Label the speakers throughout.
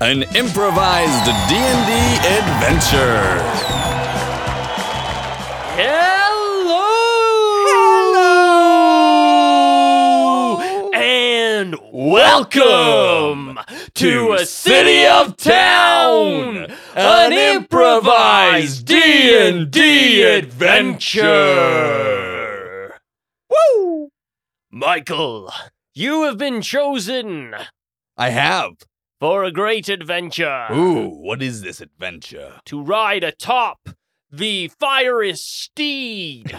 Speaker 1: an improvised D&D adventure.
Speaker 2: Hello! And welcome to a city of town, an improvised D&D adventure. Woo! Michael, you have been chosen
Speaker 1: I have.
Speaker 2: for a great adventure
Speaker 1: Ooh, what is this adventure?
Speaker 2: to ride atop the fiery steed.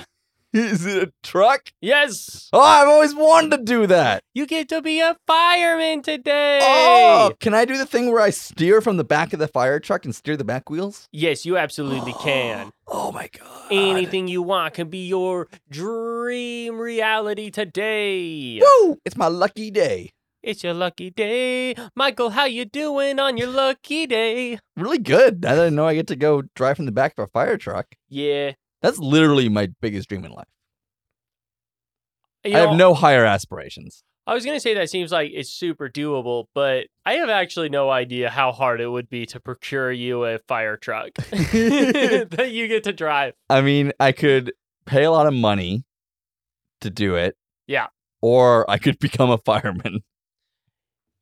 Speaker 1: Is it a truck?
Speaker 2: Yes,
Speaker 1: Oh, I've always wanted to do that.
Speaker 2: You get to be a fireman today.
Speaker 1: Oh, can I do the thing where I steer from the back of the fire truck and steer the back wheels?
Speaker 2: Yes, you absolutely can.
Speaker 1: Oh my god.
Speaker 2: Anything you want can be your dream reality today.
Speaker 1: Woo! It's my lucky day.
Speaker 2: It's your lucky day. Michael, how you doing on your lucky day?
Speaker 1: Really good. I didn't know I get to go drive from the back of a fire truck.
Speaker 2: Yeah.
Speaker 1: That's literally my biggest dream in life.
Speaker 2: You
Speaker 1: I have
Speaker 2: know,
Speaker 1: no higher aspirations.
Speaker 2: I was going to say that seems like it's super doable, but I have actually no idea how hard it would be to procure you a fire truck that you get to drive.
Speaker 1: I mean, I could pay a lot of money to do it.
Speaker 2: Yeah.
Speaker 1: Or I could become a fireman.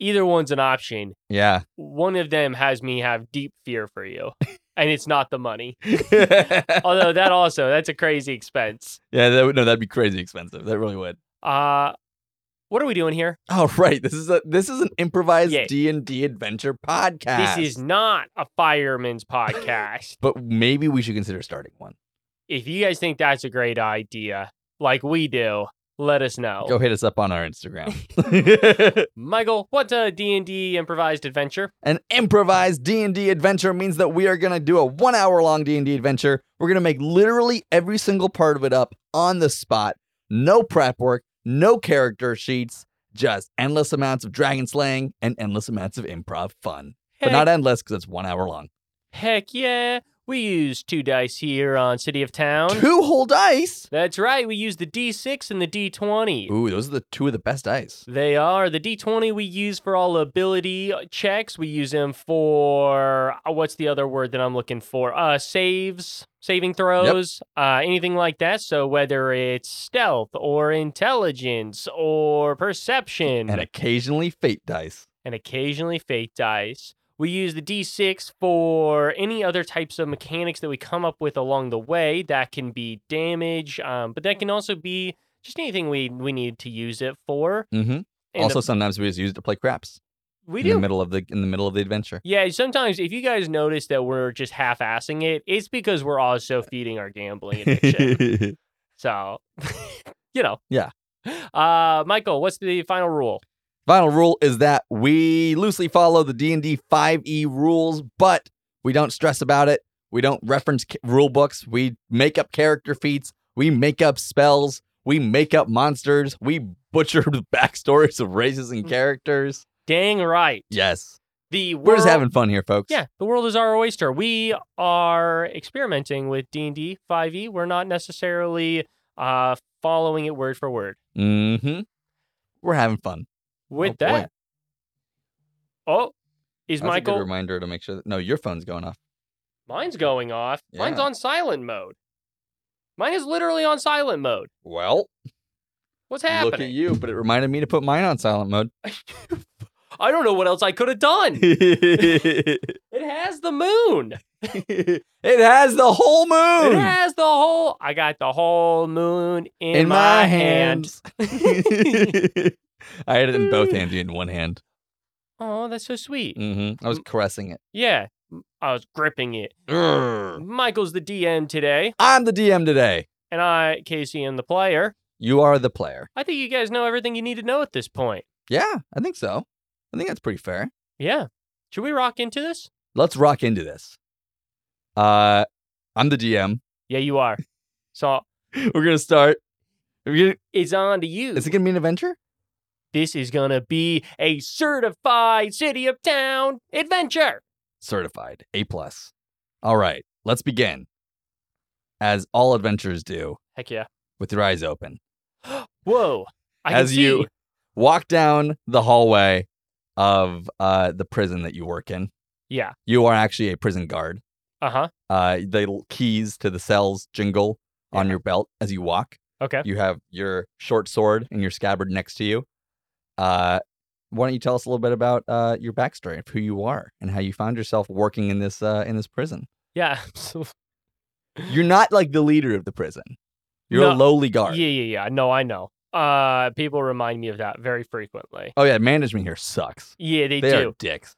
Speaker 2: Either one's an option.
Speaker 1: Yeah.
Speaker 2: One of them has me have deep fear for you, and it's not the money. Although that also that's a crazy expense.
Speaker 1: Yeah, that would no, that'd be crazy expensive. That really would.
Speaker 2: Uh what are we doing here?
Speaker 1: Oh, right. This is a this is an improvised
Speaker 2: Yeah.
Speaker 1: D and D adventure podcast.
Speaker 2: This is not a fireman's podcast.
Speaker 1: but maybe we should consider starting one.
Speaker 2: if you guys think that's a great idea, like we do, let us know.
Speaker 1: Go hit us up on our Instagram.
Speaker 2: Michael, what's a D&D improvised adventure?
Speaker 1: An improvised D&D adventure means that we are going to do a 1-hour long D&D adventure. We're going to make literally every single part of it up on the spot. No prep work, no character sheets, just endless amounts of dragon slaying and endless amounts of improv fun. But
Speaker 2: Heck,
Speaker 1: not endless cuz it's 1 hour long.
Speaker 2: heck yeah. We use two dice here on City of Town.
Speaker 1: Two whole dice.
Speaker 2: That's right. We use the D6 and the D20.
Speaker 1: Ooh, those are the two of the best dice.
Speaker 2: They are the D20 we use for all ability checks. We use them for uh, what's the other word that I'm looking for? Uh, saves, saving throws, uh, anything like that. So whether it's stealth or intelligence or perception,
Speaker 1: And occasionally fate dice.
Speaker 2: and occasionally fate dice. We use the D6 for any other types of mechanics that we come up with along the way. That can be damage, um, but that can also be just anything we we need to use it for.
Speaker 1: Mhm.
Speaker 2: And
Speaker 1: Also sometimes we just use it to play craps
Speaker 2: we
Speaker 1: in
Speaker 2: do
Speaker 1: the middle of the in the middle of the adventure.
Speaker 2: Yeah, sometimes if you guys notice that we're just half-assing it, it's because we're also feeding our gambling addiction. so, you know.
Speaker 1: Yeah.
Speaker 2: Uh, Michael, what's the final rule?
Speaker 1: Final rule is that we loosely follow the D&D 5e E rules, but we don't stress about it. We don't reference ca- rule books. We make up character feats. We make up spells. We make up monsters. We butcher the backstories of races
Speaker 2: Mm-hmm.
Speaker 1: and characters.
Speaker 2: Dang right.
Speaker 1: Yes.
Speaker 2: The world,
Speaker 1: We're just having fun here, folks.
Speaker 2: Yeah, the world is our oyster. We are experimenting with D&D 5e. E. We're not necessarily uh following it word for word.
Speaker 1: Mm-hmm. We're having fun.
Speaker 2: With
Speaker 1: Oh, boy.
Speaker 2: that. Oh,
Speaker 1: That's a
Speaker 2: is
Speaker 1: good
Speaker 2: Michael
Speaker 1: reminder to make sure that no, your phone's going off.
Speaker 2: Mine's going off. Mine's
Speaker 1: Yeah.
Speaker 2: on silent mode. Mine is literally on silent mode.
Speaker 1: Well,
Speaker 2: What's
Speaker 1: look at
Speaker 2: happening?
Speaker 1: you, but it reminded me to put mine on silent mode.
Speaker 2: I don't know what else I could have done.
Speaker 1: it
Speaker 2: It has the moon.
Speaker 1: has the whole
Speaker 2: It
Speaker 1: moon.
Speaker 2: has the whole. I got the whole moon in,
Speaker 1: in
Speaker 2: my,
Speaker 1: my
Speaker 2: hand.
Speaker 1: hands. I had it in both hands. You had it in one hand.
Speaker 2: Oh, that's so sweet.
Speaker 1: hmm I was caressing it.
Speaker 2: Yeah, I was gripping it. Michael's the DM today,
Speaker 1: I'm the DM today.
Speaker 2: and I, Casey, am the player.
Speaker 1: You are the player.
Speaker 2: I think you guys know everything you need to know at this point.
Speaker 1: Yeah, I think so. I think that's pretty fair.
Speaker 2: Yeah. Should we rock into this?
Speaker 1: Let's rock into this. Uh, I'm the DM.
Speaker 2: Yeah, you are. So
Speaker 1: We're gonna start. Are we gonna-
Speaker 2: it's on to you.
Speaker 1: Is it gonna be an adventure?
Speaker 2: This is gonna be a certified city of town adventure.
Speaker 1: Certified A plus. All right, let's begin. As all adventures do,
Speaker 2: Heck yeah.
Speaker 1: with your eyes open.
Speaker 2: Whoa. I can
Speaker 1: as you
Speaker 2: see.
Speaker 1: walk down the hallway of uh, the prison that you work in.
Speaker 2: Yeah.
Speaker 1: You are actually a prison guard.
Speaker 2: Uh huh.
Speaker 1: Uh, the l- keys to the cells jingle on
Speaker 2: Yeah.
Speaker 1: your belt as you walk.
Speaker 2: Okay.
Speaker 1: You have your short sword and your scabbard next to you. Uh, why don't you tell us a little bit about uh, your backstory of who you are and how you found yourself working in this uh, in this prison?
Speaker 2: Yeah. absolutely.
Speaker 1: You're not like the leader of the prison. You're a
Speaker 2: No.
Speaker 1: lowly guard.
Speaker 2: Yeah, yeah, yeah. No, I know. Uh, people remind me of that very frequently.
Speaker 1: Oh yeah, management here sucks.
Speaker 2: Yeah, they,
Speaker 1: They
Speaker 2: do.
Speaker 1: are dicks.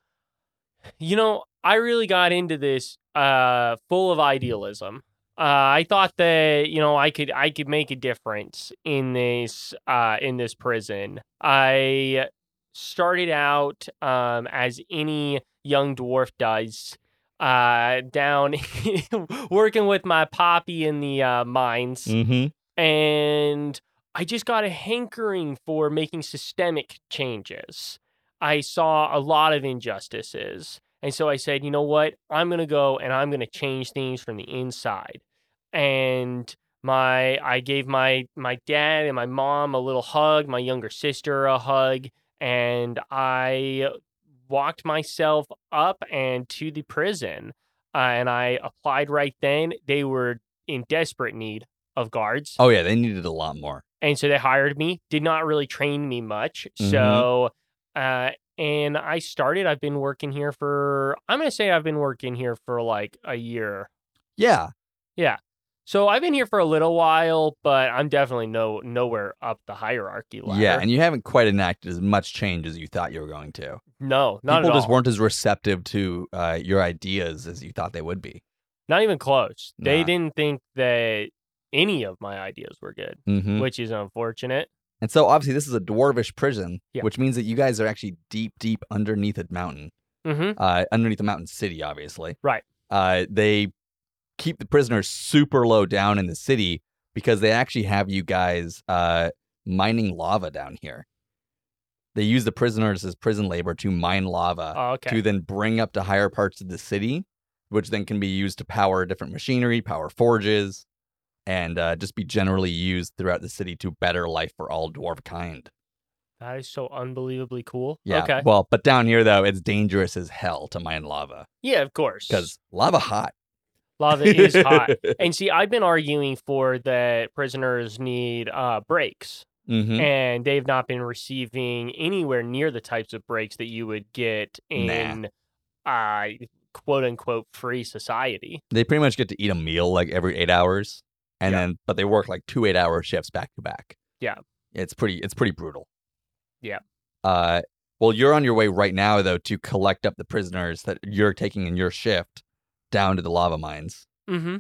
Speaker 2: You know, I really got into this uh full of idealism. Uh, I thought that you know I could I could make a difference in this uh in this prison. I started out um as any young dwarf does uh down working with my poppy in the uh mines
Speaker 1: Mm-hmm.
Speaker 2: and I just got a hankering for making systemic changes. I saw a lot of injustices. And so I said, you know what? I'm going to go and I'm going to change things from the inside. And my I gave my my dad and my mom a little hug, my younger sister a hug, and I walked myself up and to the prison. Uh, and I applied right then. They were in desperate need of guards.
Speaker 1: Oh yeah, they needed a lot more.
Speaker 2: And so they hired me, did not really train me much.
Speaker 1: Mm-hmm.
Speaker 2: So, uh, and I started, I've been working here for, I'm going to say I've been working here for like a year.
Speaker 1: Yeah.
Speaker 2: So I've been here for a little while, but I'm definitely no nowhere up the hierarchy ladder.
Speaker 1: Yeah, and you haven't quite enacted as much change as you thought you were going to.
Speaker 2: no, not
Speaker 1: People
Speaker 2: at
Speaker 1: just
Speaker 2: all.
Speaker 1: weren't as receptive to uh, your ideas as you thought they would be.
Speaker 2: not even close. They
Speaker 1: Nah.
Speaker 2: didn't think that any of my ideas were good,
Speaker 1: Mm-hmm.
Speaker 2: which is unfortunate.
Speaker 1: And so obviously this is a dwarvish prison,
Speaker 2: Yeah.
Speaker 1: which means that you guys are actually deep, deep underneath a mountain,
Speaker 2: hmm
Speaker 1: uh, underneath a mountain city, obviously.
Speaker 2: Right.
Speaker 1: Uh, they keep the prisoners super low down in the city because they actually have you guys uh, mining lava down here. They use the prisoners as prison labor to mine lava
Speaker 2: Oh, okay.
Speaker 1: to then bring up to higher parts of the city, which then can be used to power different machinery, power forges, and uh, just be generally used throughout the city to better life for all dwarf kind.
Speaker 2: that is so unbelievably cool.
Speaker 1: Yeah.
Speaker 2: Okay.
Speaker 1: Well, but down here though, it's dangerous as hell to mine lava
Speaker 2: Yeah, of course.
Speaker 1: because lava hot.
Speaker 2: lava is hot. And see, I've been arguing for that prisoners need uh, breaks,
Speaker 1: hmm
Speaker 2: and they've not been receiving anywhere near the types of breaks that you would get
Speaker 1: Nah.
Speaker 2: in uh, quote unquote free society.
Speaker 1: They pretty much get to eat a meal like every eight hours, and
Speaker 2: Yeah.
Speaker 1: then but they work like two eight-hour shifts back to back.
Speaker 2: Yeah.
Speaker 1: it's pretty it's pretty brutal.
Speaker 2: Yeah.
Speaker 1: Uh, well, you're on your way right now though to collect up the prisoners that you're taking in your shift down to the lava mines.
Speaker 2: Mm-hmm.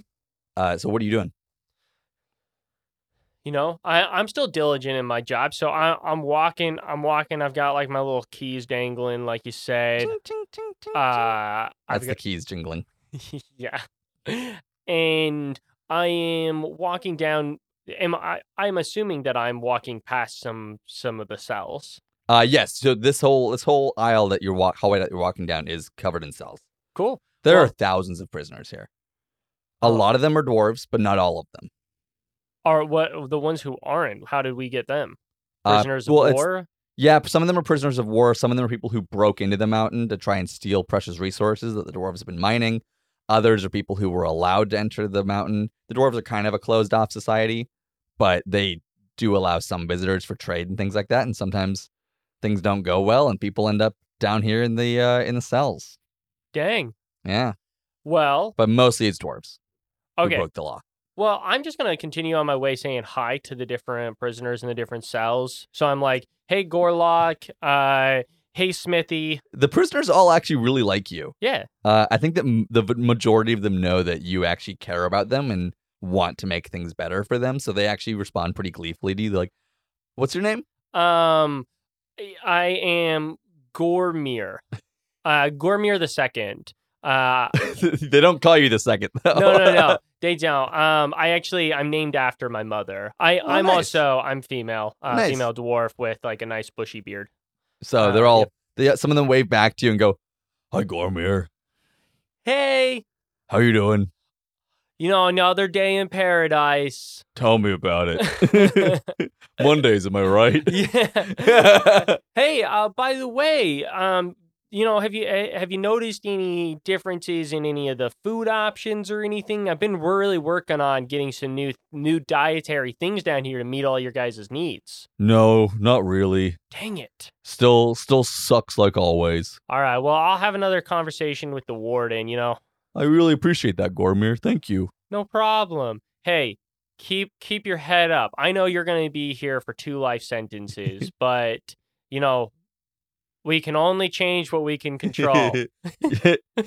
Speaker 1: Uh, so what are you doing?
Speaker 2: You know, I, I'm still diligent in my job, so I, I'm walking. I'm walking. I've got like my little keys dangling, like you said.
Speaker 1: Ting, ting, ting, ting, ting.
Speaker 2: Uh, I've
Speaker 1: That's
Speaker 2: got
Speaker 1: the keys jingling.
Speaker 2: yeah. And I am walking down am I I'm assuming that I'm walking past some some of the cells.
Speaker 1: Uh, yes. So this whole this whole aisle that you're walk hallway that you're walking down is covered in cells.
Speaker 2: Cool.
Speaker 1: There are
Speaker 2: Well-
Speaker 1: thousands of prisoners here. A
Speaker 2: Oh.
Speaker 1: lot of them are dwarves, but not all of them.
Speaker 2: Are what the ones who aren't, how did we get them?
Speaker 1: Uh,
Speaker 2: Prisoners
Speaker 1: well,
Speaker 2: of
Speaker 1: it's-
Speaker 2: war?
Speaker 1: Yeah, some of them are prisoners of war. Some of them are people who broke into the mountain to try and steal precious resources that the dwarves have been mining. Others are people who were allowed to enter the mountain. The dwarves are kind of a closed off society, but they do allow some visitors for trade and things like that. And sometimes things don't go well, and people end up down here in the uh, in the cells.
Speaker 2: Dang.
Speaker 1: Yeah,
Speaker 2: Well,
Speaker 1: but mostly it's dwarves who
Speaker 2: okay.
Speaker 1: broke the law.
Speaker 2: Well, I'm just gonna continue on my way saying hi to the different prisoners in the different cells. So I'm like, hey Gorlock, uh, hey Smithy.
Speaker 1: The prisoners all actually really like you.
Speaker 2: Yeah.
Speaker 1: Uh, I think that m- the v- majority of them know that you actually care about them and want to make things better for them. So they actually respond pretty gleefully to you. They're like, what's your name?
Speaker 2: Um, I- I am Gormir. Uh, Gormir the second. Uh,
Speaker 1: they don't call you the second, though.
Speaker 2: no, no, no, they don't. Um, I actually I'm named after my mother. I
Speaker 1: Oh,
Speaker 2: I'm
Speaker 1: nice.
Speaker 2: also I'm female, uh,
Speaker 1: Nice.
Speaker 2: female dwarf with like a nice bushy beard.
Speaker 1: so they're
Speaker 2: Uh,
Speaker 1: all, they, some of them wave back to you and go, Hi, Gormir.
Speaker 2: Hey,
Speaker 1: How you doing?
Speaker 2: you know another day in paradise.
Speaker 1: Tell me about it. Mondays, am I right?
Speaker 2: yeah. hey, uh, by the way, um, you know, have you eh, have you noticed any differences in any of the food options or anything? I've been really working on getting some new new dietary things down here to meet all your guys' needs.
Speaker 1: No, not really.
Speaker 2: Dang it.
Speaker 1: Still, still sucks like always.
Speaker 2: All right. Well, I'll have another conversation with the warden, you know.
Speaker 1: I really appreciate that, Gormir. Thank you.
Speaker 2: No problem. Hey, keep keep your head up. I know you're going to be here for two life sentences, but you know, we can only change what we can control.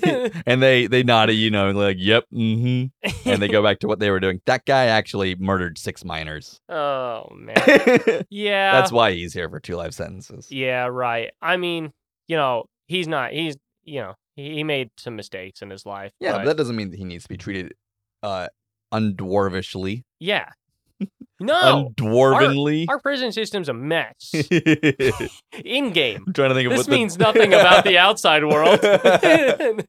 Speaker 1: and they they nod at you, know, like, yep, mm-hmm. And they go back to what they were doing. That guy actually murdered six minors.
Speaker 2: oh man.
Speaker 1: That's
Speaker 2: Yeah.
Speaker 1: why he's here for two life sentences.
Speaker 2: Yeah, right. I mean, you know, he's not he's, you know, he, he made some mistakes in his life.
Speaker 1: Yeah, but
Speaker 2: but
Speaker 1: that doesn't mean that he needs to be treated uh undwarvishly.
Speaker 2: yeah. No.
Speaker 1: Undwarvenly.
Speaker 2: our prison system's a mess. in game.
Speaker 1: I'm trying to think of what
Speaker 2: This means
Speaker 1: the...
Speaker 2: nothing about the outside world.
Speaker 1: I'm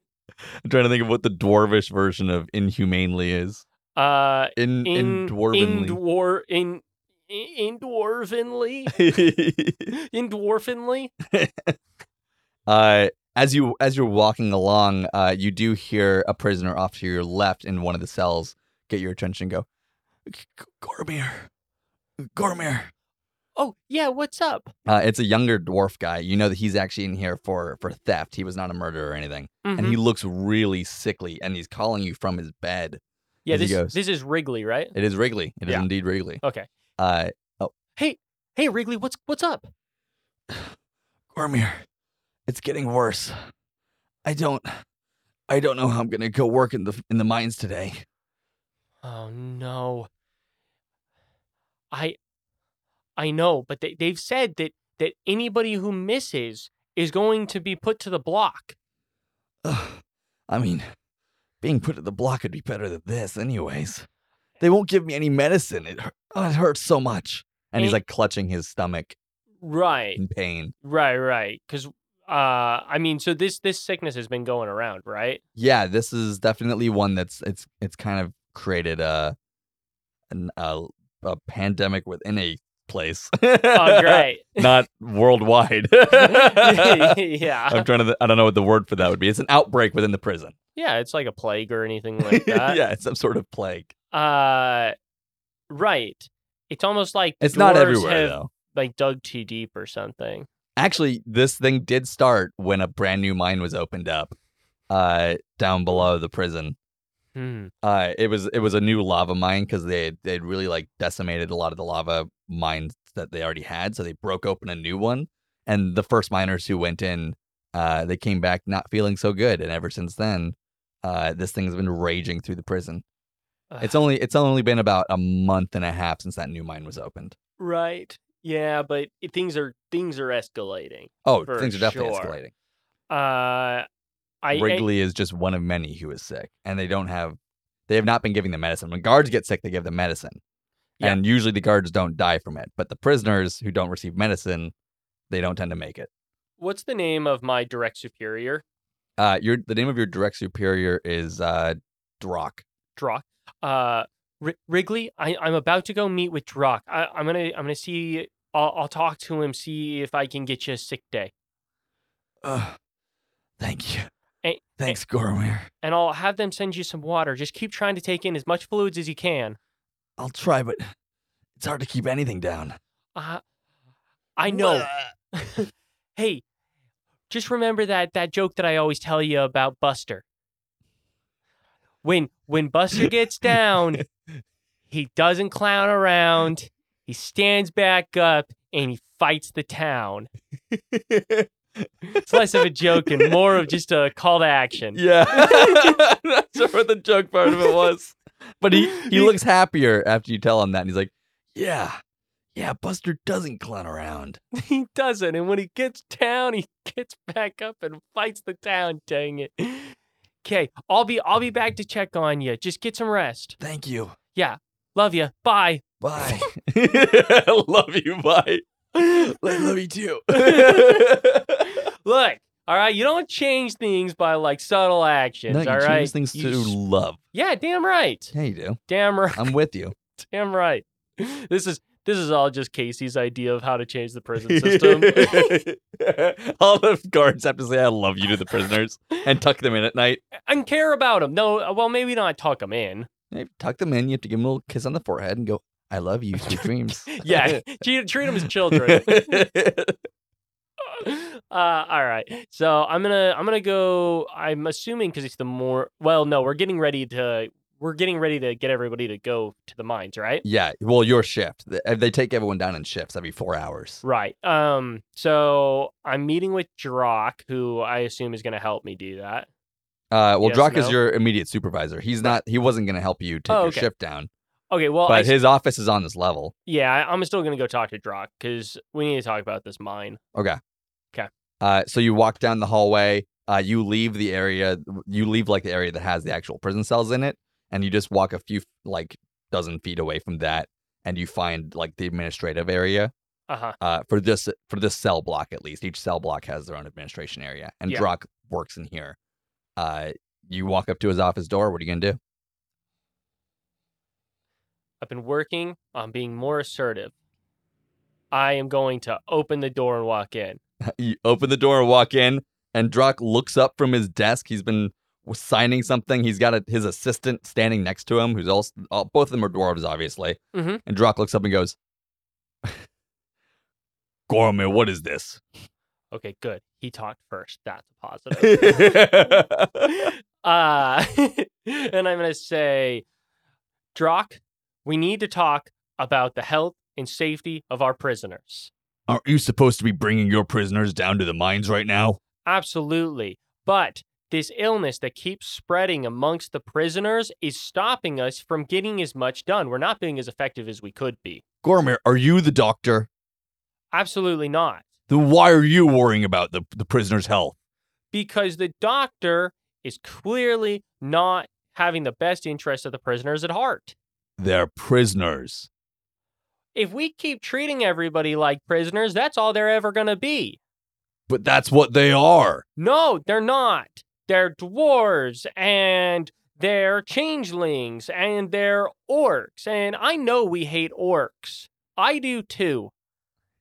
Speaker 1: trying to think of what the dwarvish version of inhumanely is.
Speaker 2: uh
Speaker 1: In
Speaker 2: in
Speaker 1: in,
Speaker 2: in
Speaker 1: dwarvenly.
Speaker 2: dwar in in dwarvenly in dwarfenly
Speaker 1: uh as you as you're walking along, uh you do hear a prisoner off to your left in one of the cells get your attention and go, Gormir. Gormir.
Speaker 2: oh yeah what's up
Speaker 1: Uh, it's a younger dwarf guy. You know that he's actually in here for for theft. He was not a murderer or anything.
Speaker 2: Mhm.
Speaker 1: And he looks really sickly and he's calling you from his bed.
Speaker 2: yeah
Speaker 1: as he
Speaker 2: this
Speaker 1: goes.
Speaker 2: this is wrigley right
Speaker 1: It is Wrigley. It is
Speaker 2: Yeah.
Speaker 1: indeed Wrigley.
Speaker 2: okay
Speaker 1: Uh
Speaker 2: hey hey wrigley what's what's up
Speaker 1: Gormir, it's getting worse. I don't I don't know how I'm gonna go work in the in the mines today.
Speaker 2: Oh no. I I know, but they, they've said that that anybody who misses is going to be put to the block.
Speaker 1: Ugh. I mean, being put at the block would be better than this, anyways. They won't give me any medicine. It, hur- oh, it hurts so much. And he's
Speaker 2: Ain't-
Speaker 1: like clutching his stomach
Speaker 2: Right.
Speaker 1: in pain.
Speaker 2: Right, right. Cuz uh I mean, so this this sickness has been going around, right?
Speaker 1: Yeah, this is definitely one that's it's it's kind of created a an, a, a pandemic within a place.
Speaker 2: Oh, great.
Speaker 1: Not worldwide.
Speaker 2: yeah.
Speaker 1: I'm trying to. Th- I don't know what the word for that would be. It's an outbreak within the prison.
Speaker 2: Yeah, it's like a plague or anything like that.
Speaker 1: yeah, it's some sort of plague.
Speaker 2: Uh right. It's almost like the
Speaker 1: It's not
Speaker 2: dwarves
Speaker 1: everywhere
Speaker 2: have,
Speaker 1: though.
Speaker 2: like dug too deep or something.
Speaker 1: Actually, this thing did start when a brand new mine was opened up uh, down below the prison.
Speaker 2: Hmm.
Speaker 1: Uh, it was it was a new lava mine because they they'd really like decimated a lot of the lava mines that they already had, so they broke open a new one. And the first miners who went in, uh, they came back not feeling so good, and ever since then, uh, this thing's been raging through the prison. It's
Speaker 2: Ugh.
Speaker 1: only it's only been about a month and a half since that new mine was opened.
Speaker 2: Right. Yeah, but it, things are things are escalating.
Speaker 1: Oh,
Speaker 2: For
Speaker 1: things are definitely
Speaker 2: sure.
Speaker 1: escalating.
Speaker 2: Uh, I, I
Speaker 1: Wrigley is just one of many who is sick, and they don't have, they have not been giving the medicine. When guards get sick, they give them medicine,
Speaker 2: Yeah.
Speaker 1: and usually the guards don't die from it. But the prisoners who don't receive medicine, they don't tend to make it.
Speaker 2: what's the name of my direct superior?
Speaker 1: Uh, your the name of your direct superior is uh, Drock.
Speaker 2: Drock. Uh, R- Wrigley. I, I'm about to go meet with Drock. I, I'm gonna I'm gonna see. I'll, I'll talk to him. See if I can get you a sick day,
Speaker 1: Ugh. thank you,
Speaker 2: Eh,
Speaker 1: thanks, Gormir.
Speaker 2: and I'll have them send you some water. Just keep trying to take in as much fluids as you can.
Speaker 1: I'll try, but it's hard to keep anything down.
Speaker 2: Uh, I know. hey, just remember that that joke that I always tell you about Buster. When when Buster gets down, he doesn't clown around. He stands back up and he fights the town. It's less of a joke and more of just a call to action.
Speaker 1: Yeah. I'm not sure what the joke part of it was. But he, he
Speaker 2: He-
Speaker 1: looks happier after you tell him that. And he's like, yeah, yeah, Buster doesn't clown around.
Speaker 2: He doesn't, and when he gets down, he gets back up and fights the town. Dang it! Okay, I'll be I'll be back to check on you. Just get some rest.
Speaker 1: Thank you.
Speaker 2: Love you. Bye.
Speaker 1: Bye. I love you. Bye. I love you too. no,
Speaker 2: Look, all right, you don't change things by like subtle actions,
Speaker 1: you
Speaker 2: all
Speaker 1: change
Speaker 2: right?
Speaker 1: things
Speaker 2: You
Speaker 1: to
Speaker 2: s-
Speaker 1: love.
Speaker 2: Yeah, damn right.
Speaker 1: Yeah, you do.
Speaker 2: Damn right.
Speaker 1: I'm with you.
Speaker 2: Damn right. This is This is all just Casey's idea of how to change the prison system.
Speaker 1: All the guards have to say, I love you to the prisoners and tuck them in at night.
Speaker 2: and care about him. No, uh, well, maybe not tuck him in.
Speaker 1: You tuck them in, you have to give them a little kiss on the forehead and go, I love you, sweet dreams.
Speaker 2: Yeah, treat, treat him as children. uh, all right. So I'm gonna I'm gonna go. I'm assuming because it's the more. Well, no, we're getting ready to we're getting ready to get everybody to go to the mines, right?
Speaker 1: yeah, well, your shift. They- They take everyone down in shifts every four hours.
Speaker 2: Right. Um. So I'm meeting with Drock, who I assume is gonna help me do that.
Speaker 1: Uh, well,
Speaker 2: Yes,
Speaker 1: Drock is
Speaker 2: no?
Speaker 1: your immediate supervisor. He's not. He wasn't going to help you take
Speaker 2: Oh,
Speaker 1: your
Speaker 2: okay.
Speaker 1: shift down,
Speaker 2: Okay. Well, I,
Speaker 1: but his office is on this level.
Speaker 2: yeah, I- I'm still gonna go talk to Drock because we need to talk about this mine.
Speaker 1: Uh, so you walk down the hallway. Uh, you leave the area. You leave like the area that has the actual prison cells in it, and you just walk a few like dozen feet away from that, and you find like the administrative area.
Speaker 2: Uh huh.
Speaker 1: Uh, for this for this cell block at least, each cell block has their own administration area, and
Speaker 2: Yeah.
Speaker 1: Drock works in here. Uh, you walk up to his office door. What are you gonna do?
Speaker 2: I've been working on being more assertive. I am going to open the door and walk in.
Speaker 1: you open the door and walk in, and Drock looks up from his desk. He's been signing something. He's got a, his assistant standing next to him, who's also all, both of them are dwarves, obviously.
Speaker 2: Mhm.
Speaker 1: And Drock looks up and goes, "Gormir, what is this?"
Speaker 2: Okay, good. He talked first. That's a positive. uh, and I'm going to say, Drock, we need to talk about the health and safety of our prisoners.
Speaker 1: Aren't you supposed to be bringing your prisoners down to the mines right now?
Speaker 2: Absolutely. But this illness that keeps spreading amongst the prisoners is stopping us from getting as much done. We're not being as effective as we could be.
Speaker 1: Gormir, are you the doctor?
Speaker 2: Absolutely not.
Speaker 1: Then why are you worrying about the, the prisoners' health?
Speaker 2: Because the doctor is clearly not having the best interest of the prisoners at heart.
Speaker 1: They're prisoners.
Speaker 2: if we keep treating everybody like prisoners, that's all they're ever going to be.
Speaker 1: But that's what they are.
Speaker 2: No, they're not. They're dwarves and they're changelings and they're orcs. And I know we hate orcs. I do too.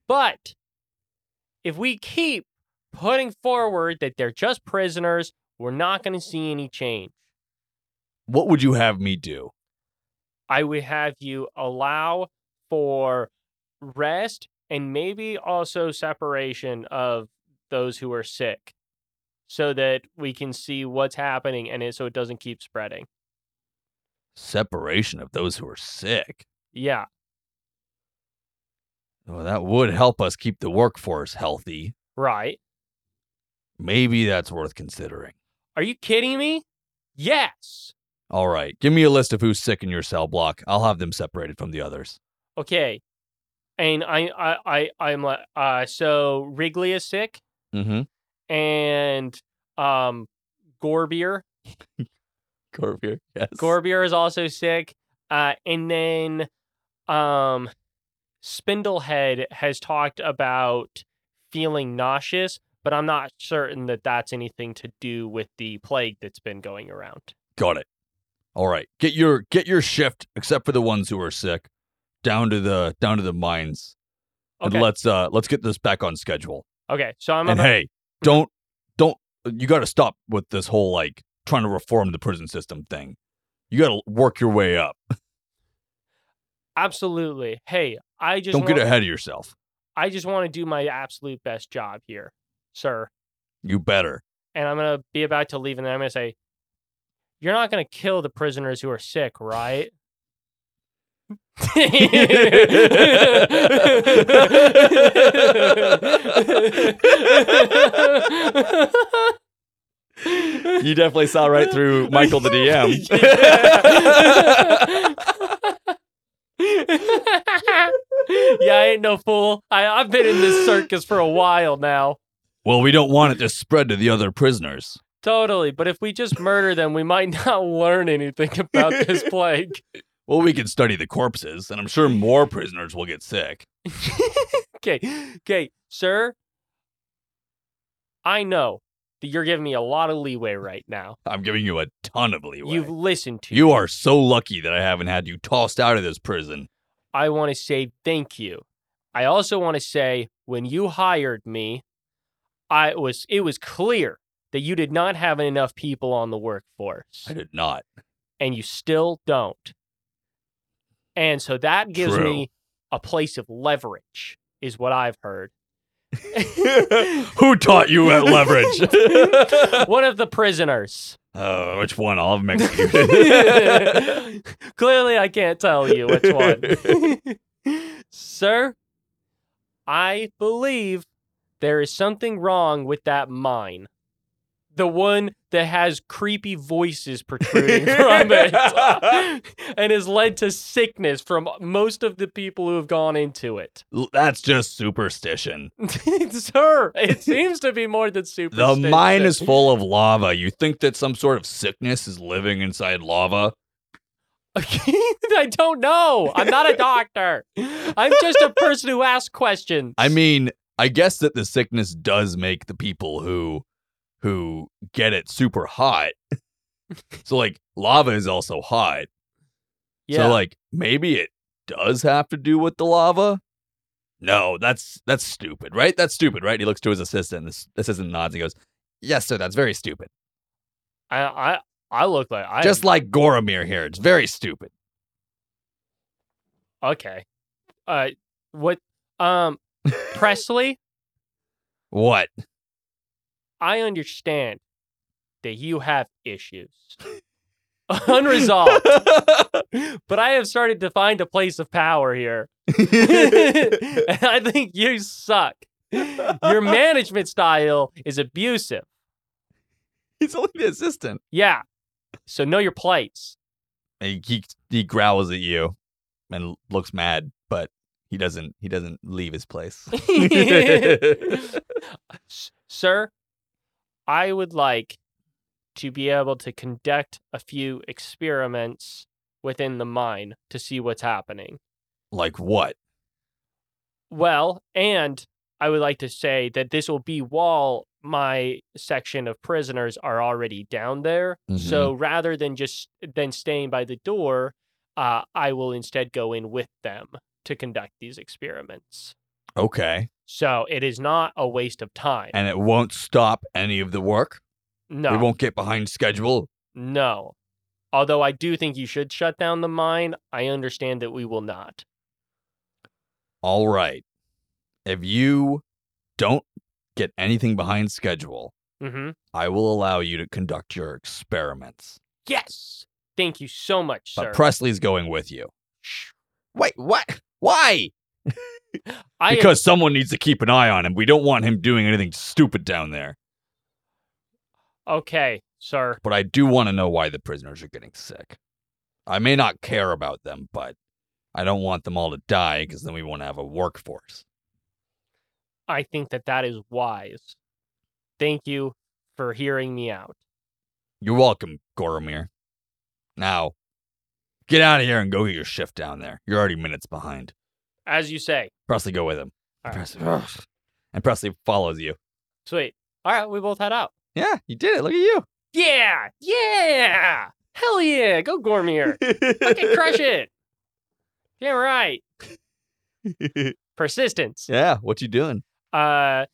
Speaker 2: But if we keep putting forward that they're just prisoners, we're not going to see any change.
Speaker 1: What would you have me do?
Speaker 2: I would have you allow for rest and maybe also separation of those who are sick so that we can see what's happening and it, so it doesn't keep spreading.
Speaker 1: separation of those who are sick.
Speaker 2: Yeah.
Speaker 1: Well, that would help us keep the workforce healthy.
Speaker 2: Right.
Speaker 1: Maybe that's worth considering.
Speaker 2: Are you kidding me? Yes.
Speaker 1: All right, give me a list of who's sick in your cell block. I'll have them separated from the others.
Speaker 2: Okay. And I I I I'm like uh so Wrigley is sick
Speaker 1: Mm-hmm.
Speaker 2: and um Gorbier
Speaker 1: Corbier, yes.
Speaker 2: Gorbier is also sick. Uh, and then um, Spindlehead has talked about feeling nauseous, but I'm not certain that that's anything to do with the plague that's been going around.
Speaker 1: Got it. All right, get your get your shift, except for the ones who are sick, down to the down to the mines,
Speaker 2: Okay.
Speaker 1: and let's uh let's get this back on schedule.
Speaker 2: okay. So I'm
Speaker 1: and
Speaker 2: about-
Speaker 1: hey, don't don't you got to stop with this whole like trying to reform the prison system thing. You got to work your way up.
Speaker 2: absolutely. Hey, I just
Speaker 1: Don't
Speaker 2: want,
Speaker 1: get ahead of yourself.
Speaker 2: I just want to do my absolute best job here, sir.
Speaker 1: You better.
Speaker 2: And I'm gonna be about to leave, and then I'm gonna say, "You're not gonna kill the prisoners who are sick, right?"
Speaker 1: You definitely saw right through Michael the DM.
Speaker 2: yeah, I ain't no fool. I, I've been in this circus for a while now.
Speaker 1: well, we don't want it to spread to the other prisoners.
Speaker 2: Totally. But if we just murder them, we might not learn anything about this plague.
Speaker 1: Well, we can study the corpses, and I'm sure more prisoners will get sick.
Speaker 2: okay, okay, sir. I know that you're giving me a lot of leeway right now.
Speaker 1: I'm giving you a ton of leeway.
Speaker 2: You've listened to
Speaker 1: you are so lucky that I haven't had you tossed out of this prison.
Speaker 2: I want to say thank you. I also want to say when you hired me, I was it was clear that you did not have enough people on the workforce
Speaker 1: I did not.
Speaker 2: and you still don't. And so that gives
Speaker 1: True.
Speaker 2: me a place of leverage is what I've heard.
Speaker 1: Who taught you at leverage?
Speaker 2: One of the prisoners.
Speaker 1: uh, which one? All of them executed.
Speaker 2: Clearly, I can't tell you which one. Sir, I believe there is something wrong with that mine. The one that has creepy voices protruding from it and has led to sickness from most of the people who have gone into it.
Speaker 1: L- That's just superstition.
Speaker 2: Sir, it seems to be more than
Speaker 1: The
Speaker 2: superstition.
Speaker 1: mine is full of lava. You think that some sort of sickness is living inside lava?
Speaker 2: I don't know. I'm not a doctor. I'm just a person who asks questions.
Speaker 1: I mean, I guess that the sickness does make the people who who get it super hot. so like lava is also hot. So like maybe it does have to do with the lava. No, that's that's stupid, right? That's stupid, right? He looks to his assistant. This assistant nods. and goes, "Yes, sir. That's very stupid.
Speaker 2: I, I, I look like I
Speaker 1: Just like Goromir here. It's very stupid."
Speaker 2: okay. Uh, what? Um, Presley,
Speaker 1: What?
Speaker 2: I understand that you have issues, unresolved. but I have started to find a place of power here, and I think you suck. Your management style is abusive.
Speaker 1: He's only the assistant.
Speaker 2: Yeah. So know your place.
Speaker 1: He, he he growls at you and looks mad, but he doesn't he doesn't leave his place.
Speaker 2: S- Sir, I would like to be able to conduct a few experiments within the mine to see what's happening.
Speaker 1: like what?
Speaker 2: Well, and I would like to say that this will be while my section of prisoners are already down there. So rather than just then staying by the door, uh, I will instead go in with them to conduct these experiments.
Speaker 1: Okay,
Speaker 2: So it is not a waste of time.
Speaker 1: and it won't stop any of the work.
Speaker 2: no.
Speaker 1: We won't get behind schedule.
Speaker 2: No. Although I do think you should shut down the mine, I understand that we will not.
Speaker 1: All right. If you don't get anything behind schedule,
Speaker 2: Mm-hmm.
Speaker 1: I will allow you to conduct your experiments.
Speaker 2: Yes. Thank you so much, sir.
Speaker 1: But Presley's going with you.
Speaker 2: Shh.
Speaker 1: Wait, what? Why?
Speaker 2: I am-
Speaker 1: because someone needs to keep an eye on him. We don't want him doing anything stupid down there.
Speaker 2: okay, sir.
Speaker 1: But I do want to know why the prisoners are getting sick. I may not care about them, but I don't want them all to die because then we won't have a workforce.
Speaker 2: I think that that is wise. Thank you for hearing me out.
Speaker 1: You're welcome, Goromir. Now, get out of here and go get your shift down there. You're already minutes behind.
Speaker 2: As you say.
Speaker 1: Presley, go with him.
Speaker 2: All right.
Speaker 1: Presley, and Presley follows you.
Speaker 2: Sweet. All right, we both head out.
Speaker 1: Yeah, you did it. Look at you.
Speaker 2: Yeah. Yeah. Hell yeah. Go Gormier. Fucking crush it. Yeah, right. Persistence.
Speaker 1: yeah, what you doing?
Speaker 2: Uh,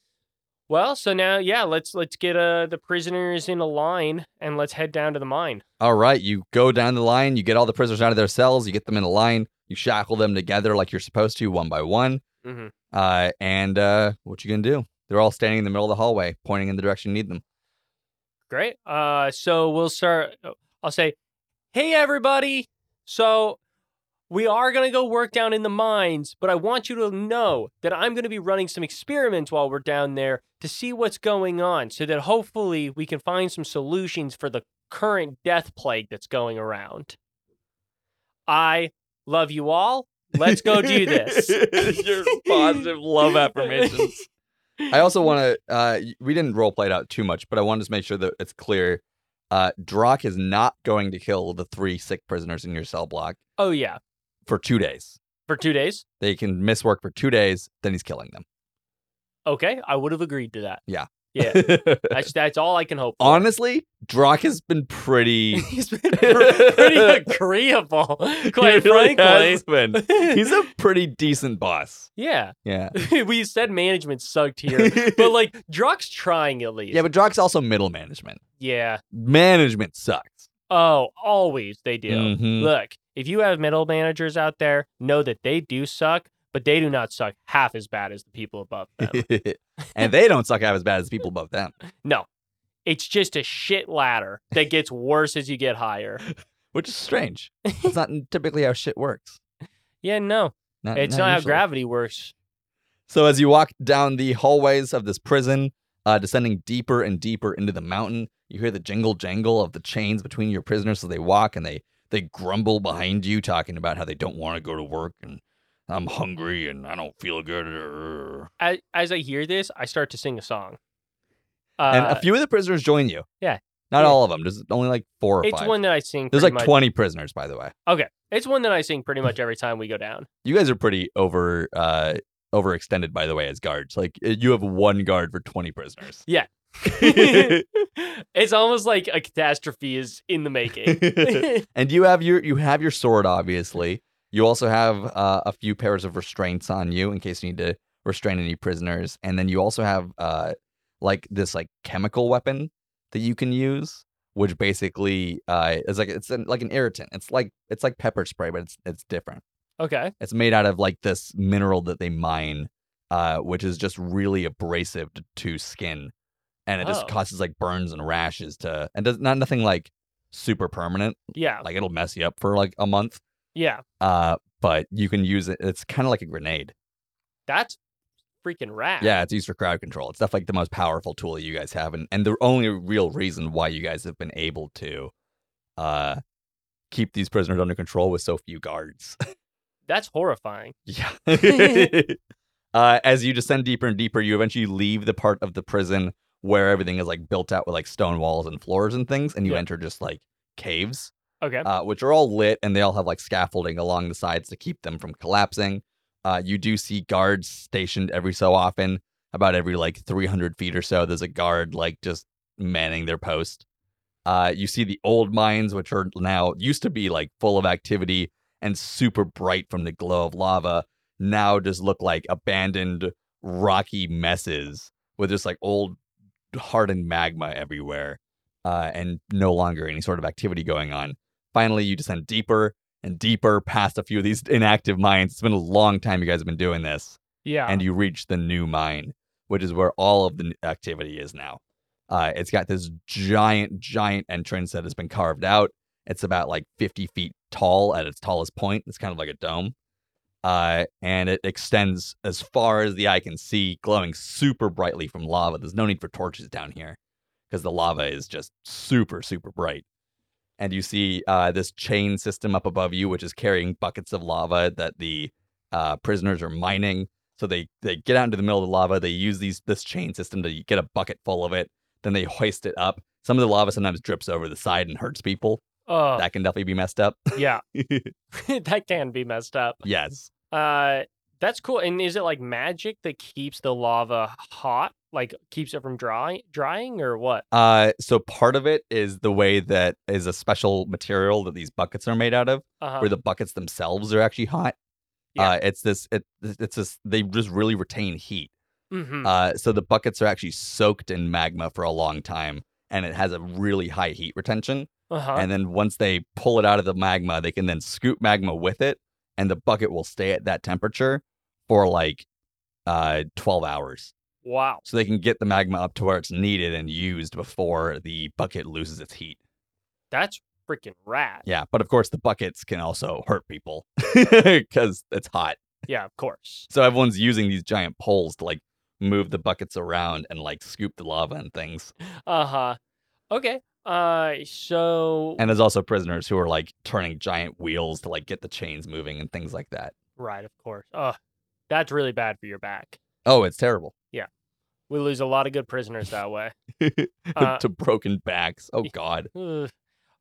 Speaker 2: well, so now yeah, let's let's get uh the prisoners in a line and let's head down to the mine.
Speaker 1: All right, you go down the line. You get all the prisoners out of their cells. You get them in a line. You shackle them together like you're supposed to, one by one.
Speaker 2: Mhm.
Speaker 1: Uh, and uh, what you gonna do? They're all standing in the middle of the hallway, pointing in the direction you need them.
Speaker 2: Great. Uh, so we'll start. uh, I'll say, hey everybody. So we are gonna go work down in the mines, but I want you to know that I'm gonna be running some experiments while we're down there to see what's going on, so that hopefully we can find some solutions for the current death plague that's going around. I love you all. Let's go do this.
Speaker 1: Your positive love affirmations. I also want to. Uh, y- we didn't role play it out too much, but I wanted to make sure that it's clear. Uh, Drock is not going to kill the three sick prisoners in your cell block
Speaker 2: Oh yeah,
Speaker 1: for two days.
Speaker 2: for two days.
Speaker 1: They can miss work for two days, then he's killing them.
Speaker 2: Okay, I would have agreed to that. Yeah, that's that's all I can hope. For.
Speaker 1: Honestly, Drock has been pretty.
Speaker 2: he's been pre- pretty agreeable, quite
Speaker 1: he really has
Speaker 2: frankly.
Speaker 1: been. He's a pretty decent boss.
Speaker 2: yeah,
Speaker 1: Yeah.
Speaker 2: we said management sucked here, but like Druck's trying at least.
Speaker 1: yeah, but Drock's also middle management.
Speaker 2: yeah.
Speaker 1: Management sucks.
Speaker 2: Oh, always they do.
Speaker 1: Mhm.
Speaker 2: Look, if you have middle managers out there, know that they do suck, but they do not suck half as bad as the people above them.
Speaker 1: and they don't suck half as bad as people above them,
Speaker 2: no, it's just a shit ladder that gets worse as you get higher.
Speaker 1: which is strange. That's not typically how shit works.
Speaker 2: Yeah, no, it's not, how
Speaker 1: usually.
Speaker 2: gravity works.
Speaker 1: So as you walk down the hallways of this prison, uh, descending deeper and deeper into the mountain, you hear the jingle jangle of the chains between your prisoners as they walk, and they they grumble behind you, talking about how they don't want to go to work and I'm hungry and I don't feel good.
Speaker 2: As, as I hear this, I start to sing a song. Uh,
Speaker 1: and a few of the prisoners join you.
Speaker 2: yeah.
Speaker 1: not
Speaker 2: Yeah.
Speaker 1: all of them. There's only like four or
Speaker 2: it's
Speaker 1: five.
Speaker 2: one that I sing.
Speaker 1: There's like
Speaker 2: pretty much-
Speaker 1: 20 prisoners, by the way.
Speaker 2: Okay, it's one that I sing pretty much every time we go down.
Speaker 1: You guys are pretty over uh overextended, by the way, as guards. Like eh, you have one guard for 20 prisoners.
Speaker 2: it's almost like a catastrophe is in the making.
Speaker 1: and you have your you have your sword obviously you also have uh, a few pairs of restraints on you in case you need to restrain any prisoners and then you also have uh like this like chemical weapon that you can use which basically uh is like it's an, like an irritant it's like it's like pepper spray but it's it's different
Speaker 2: okay.
Speaker 1: it's made out of like this mineral that they mine, uh, which is just really abrasive to, to skin, and it just
Speaker 2: Oh.
Speaker 1: causes like burns and rashes to, and does not nothing like super permanent.
Speaker 2: Yeah.
Speaker 1: Like it'll mess you up for like a month.
Speaker 2: Yeah.
Speaker 1: Uh, but you can use it. It's kind of like a grenade.
Speaker 2: That's freaking rad.
Speaker 1: Yeah, it's used for crowd control. It's definitely like the most powerful tool you guys have, and and the only real reason why you guys have been able to, uh, keep these prisoners under control with so few guards.
Speaker 2: That's horrifying.
Speaker 1: Yeah. uh, as you descend deeper and deeper, you eventually leave the part of the prison where everything is like built out with like stone walls and floors and things, and you
Speaker 2: Yeah.
Speaker 1: enter just like caves,
Speaker 2: Okay.
Speaker 1: uh, which are all lit and they all have like scaffolding along the sides to keep them from collapsing. Uh, you do see guards stationed every so often, about every like 300 feet or so. There's a guard like just manning their post. Uh, you see the old mines, which are now used to be like full of activity and super bright from the glow of lava, now just look like abandoned rocky messes with just like old hardened magma everywhere uh, and no longer any sort of activity going on. Finally, you descend deeper and deeper past a few of these inactive mines. It's been a long time you guys have been doing this
Speaker 2: yeah.
Speaker 1: and you reach the new mine, which is where all of the n- activity is now. Uh, it's got this giant, giant entrance that has been carved out. It's about like 50 feet tall at its tallest point. It's kind of like a dome. Uh, and it extends as far as the eye can see, glowing super brightly from lava. There's no need for torches down here because the lava is just super, super bright. And you see uh, this chain system up above you, which is carrying buckets of lava that the uh, prisoners are mining. So they they get out into the middle of the lava. They use these this chain system to get a bucket full of it. Then they hoist it up. Some of the lava sometimes drips over the side and hurts people.
Speaker 2: Oh,
Speaker 1: That can definitely be messed up.
Speaker 2: yeah. that can be messed up.
Speaker 1: yes.
Speaker 2: Uh, that's cool. And is it like magic that keeps the lava hot, like keeps it from dry drying, or what?
Speaker 1: Uh, so part of it is the way that is a special material that these buckets are made out of,
Speaker 2: Uh-huh.
Speaker 1: where the buckets themselves are actually hot.
Speaker 2: Yeah.
Speaker 1: Uh, it's this. It, it's this. They just really retain heat.
Speaker 2: Mhm.
Speaker 1: Uh, so the buckets are actually soaked in magma for a long time, and it has a really high heat retention.
Speaker 2: Uh-huh.
Speaker 1: And then once they pull it out of the magma, they can then scoop magma with it, and the bucket will stay at that temperature for like uh, 12 hours.
Speaker 2: wow.
Speaker 1: So they can get the magma up to where it's needed and used before the bucket loses its heat.
Speaker 2: That's freaking rad.
Speaker 1: Yeah. But of course, the buckets can also hurt people because it's hot.
Speaker 2: Yeah, of course.
Speaker 1: So everyone's using these giant poles to like move the buckets around and like scoop the lava and things.
Speaker 2: Uh-huh. Okay. Uh, so
Speaker 1: And there's also prisoners who are like turning giant wheels to like get the chains moving and things like that.
Speaker 2: right, of course. Oh, that's really bad for your back.
Speaker 1: Oh, it's terrible.
Speaker 2: We lose a lot of good prisoners that way. Uh,
Speaker 1: to broken backs. Oh
Speaker 2: y-
Speaker 1: God.
Speaker 2: Ugh.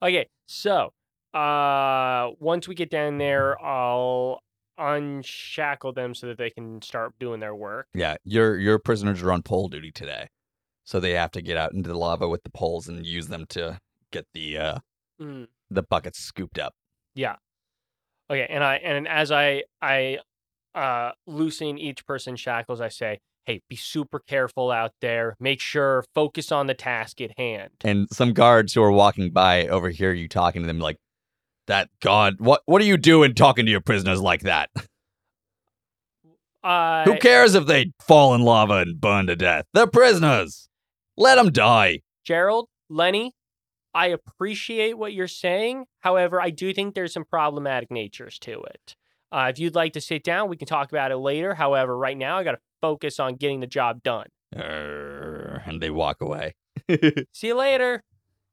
Speaker 2: okay, so uh once we get down there, I'll unshackle them so that they can start doing their work.
Speaker 1: Yeah, your your prisoners are on pole duty today, So they have to get out into the lava with the poles and use them to get the uh,
Speaker 2: Mm.
Speaker 1: the buckets scooped up.
Speaker 2: Okay, and I and as I I uh loosen each person's shackles, I say, "Hey, be super careful out there. Make sure focus on the task at hand."
Speaker 1: And some guards who are walking by overhear you talking to them like, "That god, what what are you doing talking to your prisoners like that?
Speaker 2: Uh,
Speaker 1: Who cares if they fall in lava and burn to death? They're prisoners. Let them die."
Speaker 2: Gerald, Lenny, I appreciate what you're saying. However, I do think there's some problematic natures to it. Uh, if you'd like to sit down, we can talk about it later. However, right now I got to focus on getting the job done.
Speaker 1: Err, And they walk away.
Speaker 2: See you later.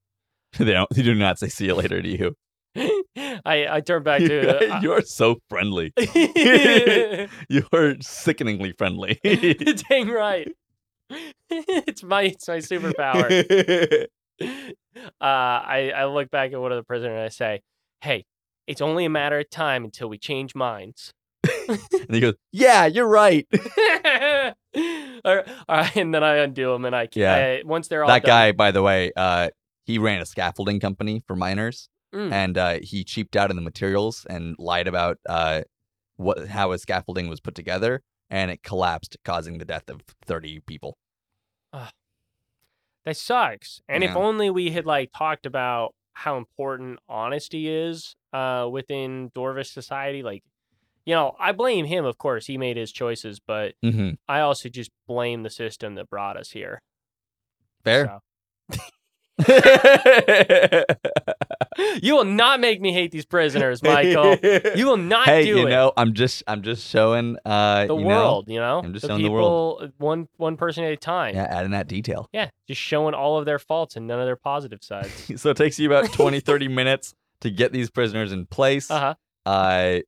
Speaker 1: They don't. They do not say "see you later" to you.
Speaker 2: I I uh, turn back to.
Speaker 1: You are so friendly.
Speaker 2: I-
Speaker 1: You are sickeningly friendly.
Speaker 2: Dang right. it's my it's my superpower. uh, I, I look back at one of the prisoners and I say, Hey, it's only a matter of time until we change minds.
Speaker 1: And he goes, "Yeah, you're right."
Speaker 2: All right, all right, and then I undo them and I,
Speaker 1: Yeah.
Speaker 2: I once they're all
Speaker 1: that
Speaker 2: done,
Speaker 1: guy, by the way, uh, he ran a scaffolding company for miners,
Speaker 2: Mm.
Speaker 1: and uh, he cheaped out in the materials and lied about uh, what how his scaffolding was put together, and it collapsed, causing the death of thirty people.
Speaker 2: that sucks. And if
Speaker 1: Yeah.
Speaker 2: only we had like talked about how important honesty is uh, within Dorvis society, like. You know, I blame him, of course. He made his choices, but
Speaker 1: Mm-hmm.
Speaker 2: I also just blame the system that brought us here.
Speaker 1: Fair.
Speaker 2: so. You will not make me hate these prisoners, Michael. You will not
Speaker 1: hey,
Speaker 2: do
Speaker 1: you
Speaker 2: it.
Speaker 1: know, I'm just I'm just showing uh,
Speaker 2: the
Speaker 1: you know,
Speaker 2: world, you know,
Speaker 1: I'm just
Speaker 2: the
Speaker 1: showing
Speaker 2: people,
Speaker 1: the world.
Speaker 2: one one person at a time.
Speaker 1: yeah, adding that detail.
Speaker 2: Yeah, just showing all of their faults and none of their positive sides.
Speaker 1: so it takes you about 20 30 minutes to get these prisoners in place
Speaker 2: Uh-huh.
Speaker 1: Uh,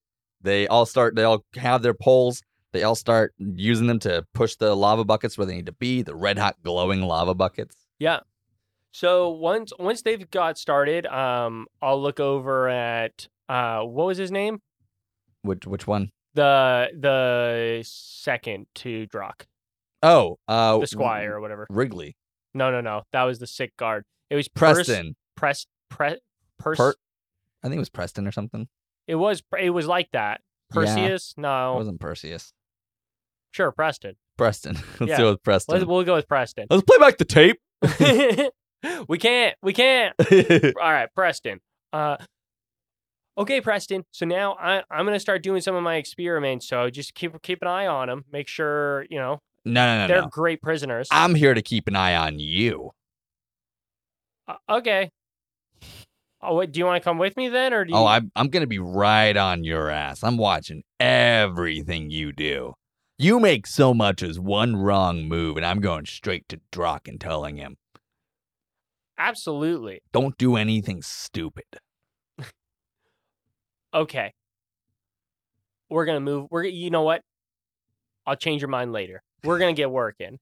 Speaker 1: they all start they all have their poles they all start using them to push the lava buckets where they need to be the red hot glowing lava buckets
Speaker 2: So once once they've got started, um, I'll look over at uh, what was his name?
Speaker 1: which which one?
Speaker 2: The the second to Drock,
Speaker 1: Oh, uh
Speaker 2: the Squire or whatever.
Speaker 1: wrigley
Speaker 2: No, no, no, that was the sick guard. It was Pers-
Speaker 1: preston
Speaker 2: Pres, Pre- Pers-
Speaker 1: Per- i think it was preston or something
Speaker 2: It was it was like that.
Speaker 1: Yeah.
Speaker 2: Perseus?
Speaker 1: it
Speaker 2: No,
Speaker 1: wasn't perseus
Speaker 2: sure, Preston.
Speaker 1: preston let's
Speaker 2: Yeah.
Speaker 1: do it with preston
Speaker 2: Let's,
Speaker 1: let's,
Speaker 2: we'll go with Preston.
Speaker 1: play back the tape
Speaker 2: we can't. We can't. All right, Preston. Uh, okay, Preston. So now I, I'm gonna start doing some of my experiments. So just keep keep an eye on them. Make sure you know
Speaker 1: no no no,
Speaker 2: they're
Speaker 1: no.
Speaker 2: great prisoners.
Speaker 1: i'm here to keep an eye on you
Speaker 2: Uh, okay. Oh, wait, do you want to come with me then, or do you?
Speaker 1: Oh, I'm I'm gonna be right on your ass. I'm watching everything you do. You make so much as one wrong move, and I'm going straight to Drock and telling him,
Speaker 2: absolutely.
Speaker 1: "Don't do anything stupid."
Speaker 2: Okay. We're gonna move. We're you know what? I'll change your mind later. We're gonna get working.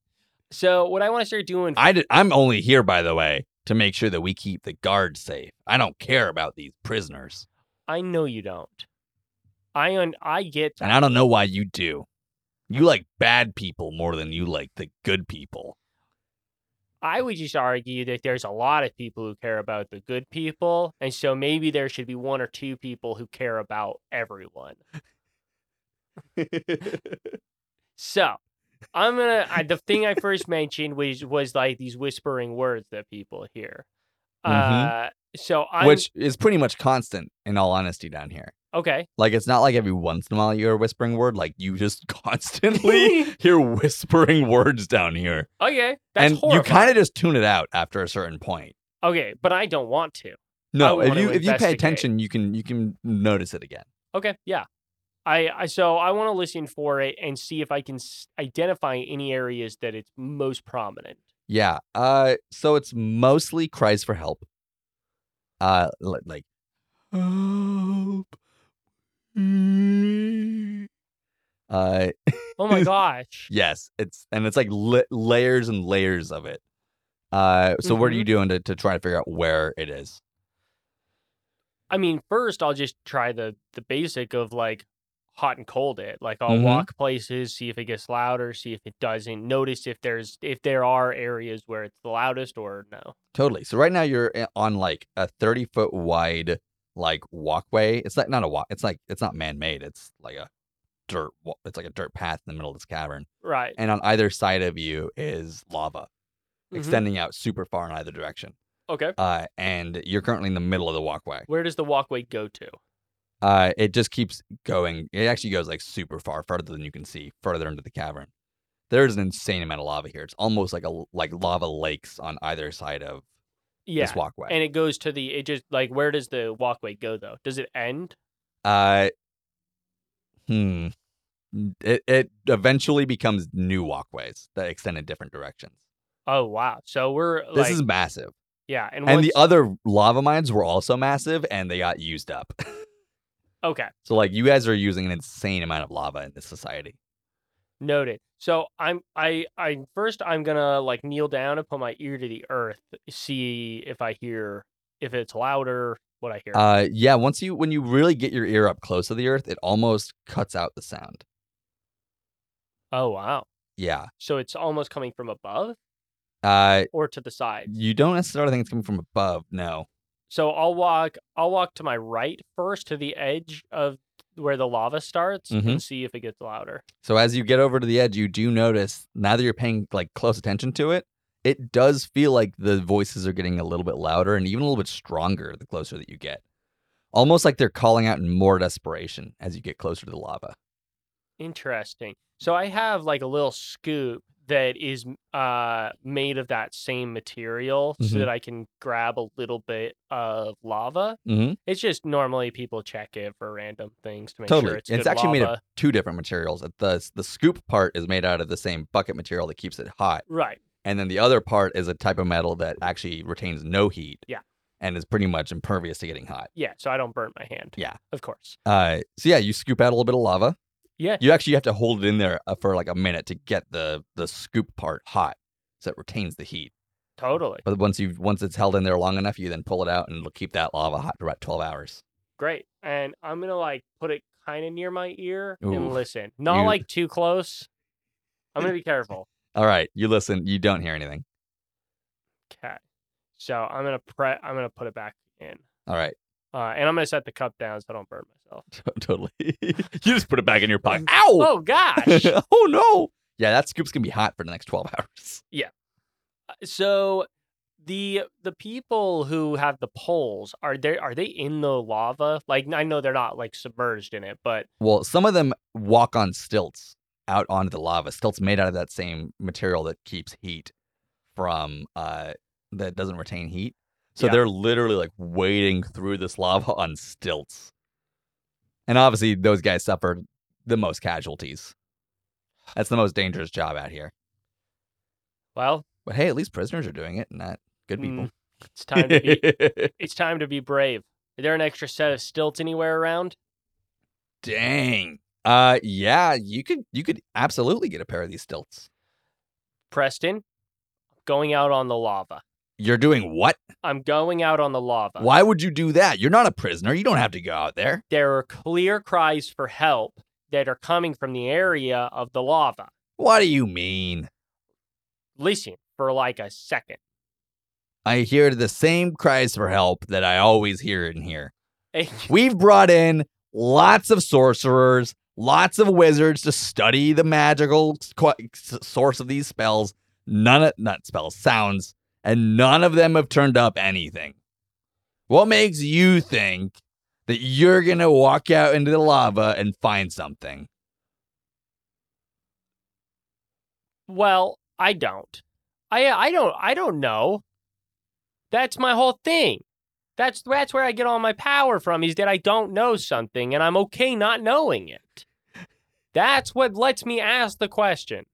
Speaker 2: So what I want to start doing
Speaker 1: I did, I'm only here, by the way, to make sure that we keep the guards safe. I don't care about these prisoners,
Speaker 2: I know you don't. I un- I get
Speaker 1: and I don't know why you do. You like bad people more than you like the good people.
Speaker 2: I would just argue that there's a lot of people who care about the good people, and so maybe there should be one or two people who care about everyone. So, I'm gonna I, the thing I first mentioned was was like these whispering words that people hear.
Speaker 1: Mhm.
Speaker 2: Uh, so I
Speaker 1: Which is pretty much constant, in all honesty, down here.
Speaker 2: okay.
Speaker 1: Like it's not like every once in a while you're a whispering word. Like you just constantly hear whispering words down here,
Speaker 2: Okay, that's
Speaker 1: and you
Speaker 2: horrifying.
Speaker 1: kind of just tune it out after a certain point.
Speaker 2: okay, but I don't want to.
Speaker 1: No,
Speaker 2: I
Speaker 1: if
Speaker 2: wanna
Speaker 1: you if you pay
Speaker 2: investigate.
Speaker 1: attention, you can you can notice it again.
Speaker 2: Okay, yeah. I, I so I want to listen for it and see if I can s- identify any areas that it's most prominent.
Speaker 1: Yeah. Uh. So it's mostly cries for help. Uh. li- Like. Help. me." Uh.
Speaker 2: Oh my gosh.
Speaker 1: Yes. It's and it's like li- layers and layers of it. Uh. So what are
Speaker 2: Mhm.
Speaker 1: you doing to to try to figure out where it is?
Speaker 2: I mean, first I'll just try the the basic of like hot and cold it. Like I'll
Speaker 1: Mhm.
Speaker 2: walk places, see if it gets louder, see if it doesn't. Notice if there's if there are areas where it's the loudest or no.
Speaker 1: Totally. So right now you're i- on like a 30 foot wide like walkway. It's like not a walk. It's like it's not man made. It's like a dirt. wa- It's like a dirt path in the middle of this cavern,
Speaker 2: Right.
Speaker 1: and on either side of you is lava
Speaker 2: Mhm.
Speaker 1: extending out super far in either direction.
Speaker 2: Okay.
Speaker 1: Uh, and you're currently in the middle of the walkway.
Speaker 2: Where does the walkway go to?
Speaker 1: Uh, it just keeps going. It actually goes like super far, further than you can see, further into the cavern. There is an insane amount of lava here. It's almost like a l- like lava lakes on either side of
Speaker 2: Yeah.
Speaker 1: this walkway.
Speaker 2: And it goes to the it just like where does the walkway go though? Does it end?
Speaker 1: Uh, hmm. It it eventually becomes new walkways that extend in different directions.
Speaker 2: Oh wow. So we're
Speaker 1: This
Speaker 2: like
Speaker 1: is massive,
Speaker 2: yeah, and,
Speaker 1: and the
Speaker 2: once-
Speaker 1: other lava mines were also massive, and they got used up.
Speaker 2: okay
Speaker 1: so like you guys are using an insane amount of lava in this society.
Speaker 2: noted. So I'm I I first I'm gonna like kneel down and put my ear to the earth, see if I hear if it's louder, what I hear.
Speaker 1: Uh, yeah. Once you when you really get your ear up close to the earth, it almost cuts out the sound.
Speaker 2: oh wow.
Speaker 1: Yeah.
Speaker 2: So it's almost coming from above
Speaker 1: Uh,
Speaker 2: or to the side.
Speaker 1: you don't necessarily think it's coming from above. No.
Speaker 2: So I'll walk I'll walk to my right first to the edge of where the lava starts
Speaker 1: Mhm.
Speaker 2: and see if it gets louder.
Speaker 1: So as you get over to the edge, you do notice now that you're paying like close attention to it, it does feel like the voices are getting a little bit louder and even a little bit stronger the closer that you get. Almost like they're calling out in more desperation as you get closer to the lava.
Speaker 2: Interesting. So I have like a little scoop that is m- uh made of that same material so
Speaker 1: Mhm.
Speaker 2: that I can grab a little bit of lava.
Speaker 1: Mm-hmm.
Speaker 2: It's just normally people check it for random things to make
Speaker 1: Totally.
Speaker 2: sure it's
Speaker 1: It's
Speaker 2: good
Speaker 1: actually made of-
Speaker 2: lava.
Speaker 1: Two different materials. The the scoop part is made out of the same bucket material that keeps it hot,
Speaker 2: right.
Speaker 1: and then the other part is a type of metal that actually retains no heat.
Speaker 2: Yeah.
Speaker 1: And is pretty much impervious to getting hot.
Speaker 2: Yeah, so I don't burn my hand.
Speaker 1: Yeah.
Speaker 2: Of course.
Speaker 1: Uh, so yeah, you scoop out a little bit of lava.
Speaker 2: Yeah.
Speaker 1: You actually have to hold it in there uh, for like a minute to get the the scoop part hot, so it retains the heat.
Speaker 2: Totally.
Speaker 1: But once you once it's held in there long enough, you then pull it out and it'll keep that lava hot for about twelve hours.
Speaker 2: Great. And I'm gonna like put it kind of near my ear
Speaker 1: Ooh,
Speaker 2: and listen. Not
Speaker 1: you-
Speaker 2: like too close. I'm gonna be careful.
Speaker 1: All right, you listen. You don't hear anything.
Speaker 2: Okay. So I'm gonna pre I'm gonna put it back in.
Speaker 1: All right,
Speaker 2: Uh, and I'm gonna set the cup down so I don't burn myself.
Speaker 1: totally. you just put it back in your pocket. Ow!
Speaker 2: Oh gosh.
Speaker 1: oh no! Yeah, that scoop's gonna be hot for the next twelve hours.
Speaker 2: so the the people who have the poles are they are they in the lava? Like I know they're not like submerged in it, but
Speaker 1: Well, some of them walk on stilts out onto the lava. Stilts made out of that same material that keeps heat from uh that doesn't retain heat. So
Speaker 2: Yeah.
Speaker 1: they're literally like wading through this lava on stilts. And obviously those guys suffered the most casualties. That's the most dangerous job out here.
Speaker 2: well,
Speaker 1: But hey, at least prisoners are doing it and not good people.
Speaker 2: mm, it's time to be it's time to be brave. Are there an extra set of stilts anywhere around?
Speaker 1: Dang. Uh yeah, you could you could absolutely get a pair of these stilts.
Speaker 2: Preston, going out on the lava.
Speaker 1: You're doing what?
Speaker 2: I'm going out on the lava.
Speaker 1: Why would you do that? You're not a prisoner. You don't have to go out there.
Speaker 2: There are clear cries for help that are coming from the area of the lava.
Speaker 1: What do you mean?
Speaker 2: Listen for like a second.
Speaker 1: I hear the same cries for help that I always hear in here.
Speaker 2: And-
Speaker 1: We've brought in lots of sorcerers, lots of wizards to study the magical qu- s- source of these spells. None of not spells, sounds, and none of them have turned up anything. What makes you think that you're going to walk out into the lava and find something?
Speaker 2: Well, I don't. I I don't I don't know. That's my whole thing. That's that's where I get all my power from is that I don't know something and I'm okay not knowing it. That's what lets me ask the question.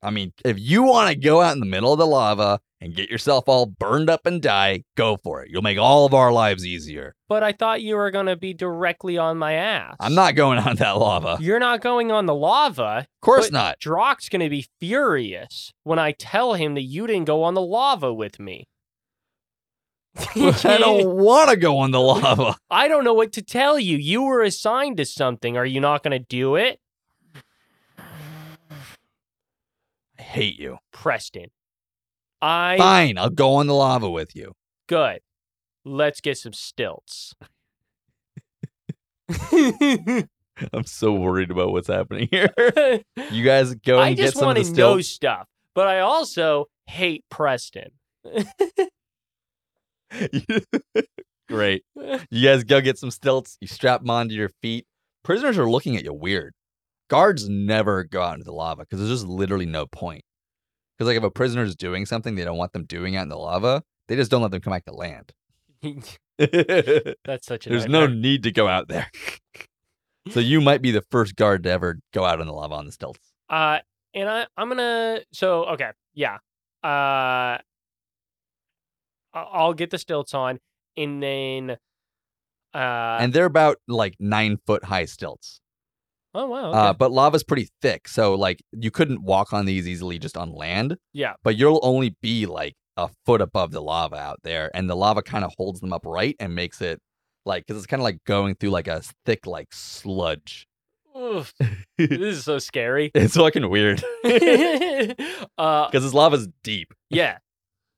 Speaker 1: I mean, if you want to go out in the middle of the lava and get yourself all burned up and die, go for it. You'll make all of our lives easier.
Speaker 2: But I thought you were going to be directly on my ass.
Speaker 1: I'm not going on that lava. Of
Speaker 2: You're not going on the lava.
Speaker 1: course
Speaker 2: But-
Speaker 1: not.
Speaker 2: Drock's going to be furious when I tell him that you didn't go on the lava with me.
Speaker 1: I don't want to go in the lava.
Speaker 2: I don't know what to tell you. You were assigned to something. Are you not going to do it?
Speaker 1: I hate you.
Speaker 2: Preston. I
Speaker 1: Fine, I'll go in the lava with you.
Speaker 2: good. Let's get some stilts.
Speaker 1: I'm so worried about what's happening here.
Speaker 2: I
Speaker 1: You guys go and get
Speaker 2: just
Speaker 1: some of
Speaker 2: want
Speaker 1: the
Speaker 2: to know
Speaker 1: stilts.
Speaker 2: stuff, but I also hate Preston.
Speaker 1: Great. You guys go get some stilts. You strap them onto your feet. Prisoners are looking at you weird. Guards never go out into the lava because there's just literally no point. Because like if a prisoner is doing something they don't want them doing out in the lava, they just don't let them come back to land. there's
Speaker 2: That's such a
Speaker 1: no
Speaker 2: nightmare.
Speaker 1: need to go out there. so you might be the first guard to ever go out in the lava on the stilts.
Speaker 2: Uh, and I, I'm gonna. So okay, yeah. Uh, I- I'll get the stilts on, and then. Uh,
Speaker 1: and they're about like nine foot high stilts.
Speaker 2: oh wow.
Speaker 1: Uh,
Speaker 2: Okay.
Speaker 1: but lava's pretty thick, so like you couldn't walk on these easily just on land.
Speaker 2: Yeah.
Speaker 1: But you'll only be like a foot above the lava out there, and the lava kind of holds them upright and makes it like because it's kind of like going through like a s- thick like sludge.
Speaker 2: Oof, this is so scary.
Speaker 1: It's fucking weird because
Speaker 2: uh,
Speaker 1: this lava's deep.
Speaker 2: yeah,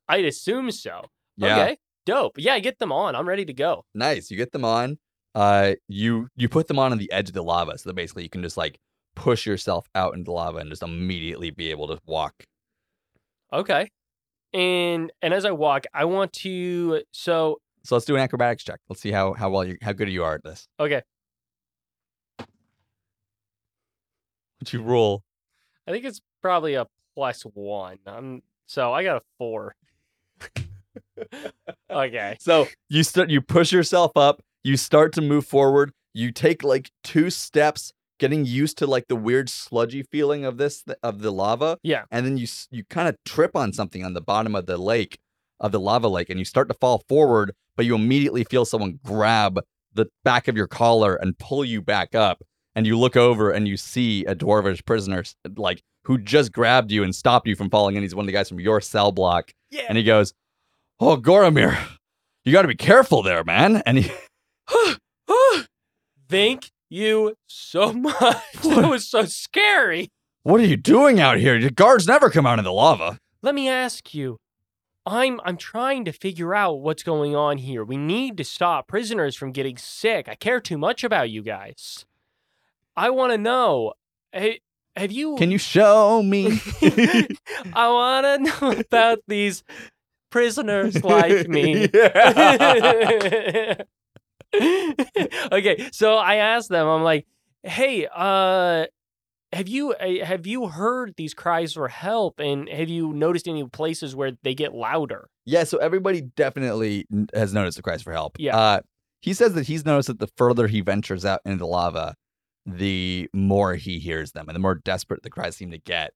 Speaker 2: I'd assume so.
Speaker 1: Yeah.
Speaker 2: Okay, dope. Yeah, get them on. I'm ready to go.
Speaker 1: Nice. You get them on. Uh, you you put them on on the edge of the lava, so that basically you can just like push yourself out into lava and just immediately be able to walk.
Speaker 2: Okay, and and as I walk, I want to. So
Speaker 1: So let's do an acrobatics check. Let's see how how well you how good you are at this.
Speaker 2: okay,
Speaker 1: What you roll?
Speaker 2: I think it's probably a plus one. I'm so I got a four. okay.
Speaker 1: So you start you push yourself up, you start to move forward, you take like two steps, getting used to like the weird sludgy feeling of this th- of the lava.
Speaker 2: Yeah.
Speaker 1: And then you s- you kind of trip on something on the bottom of the lake, of the lava lake, and you start to fall forward, but you immediately feel someone grab the back of your collar and pull you back up. And you look over and you see a dwarvish prisoner, s- like who just grabbed you and stopped you from falling in. He's one of the guys from your cell block.
Speaker 2: Yeah.
Speaker 1: And he goes, Oh, Goromir, you got to be careful there, man. And he,
Speaker 2: Thank you so much. that was so scary.
Speaker 1: What are you doing out here? Your guards never come out of the lava.
Speaker 2: Let me ask you. I'm I'm trying to figure out what's going on here. We need to stop prisoners from getting sick. I care too much about you guys. I want to know. Hey, have you
Speaker 1: Can you show me?
Speaker 2: I want to know about these prisoners like me.
Speaker 1: Yeah.
Speaker 2: okay, so I asked them. I'm like, "Hey, uh, have you uh, have you heard these cries for help? And have you noticed any places where they get louder?"
Speaker 1: yeah, so everybody definitely n- has noticed the cries for help.
Speaker 2: Yeah.
Speaker 1: Uh, he says that he's noticed that the further he ventures out into the lava, the more he hears them and the more desperate the cries seem to get.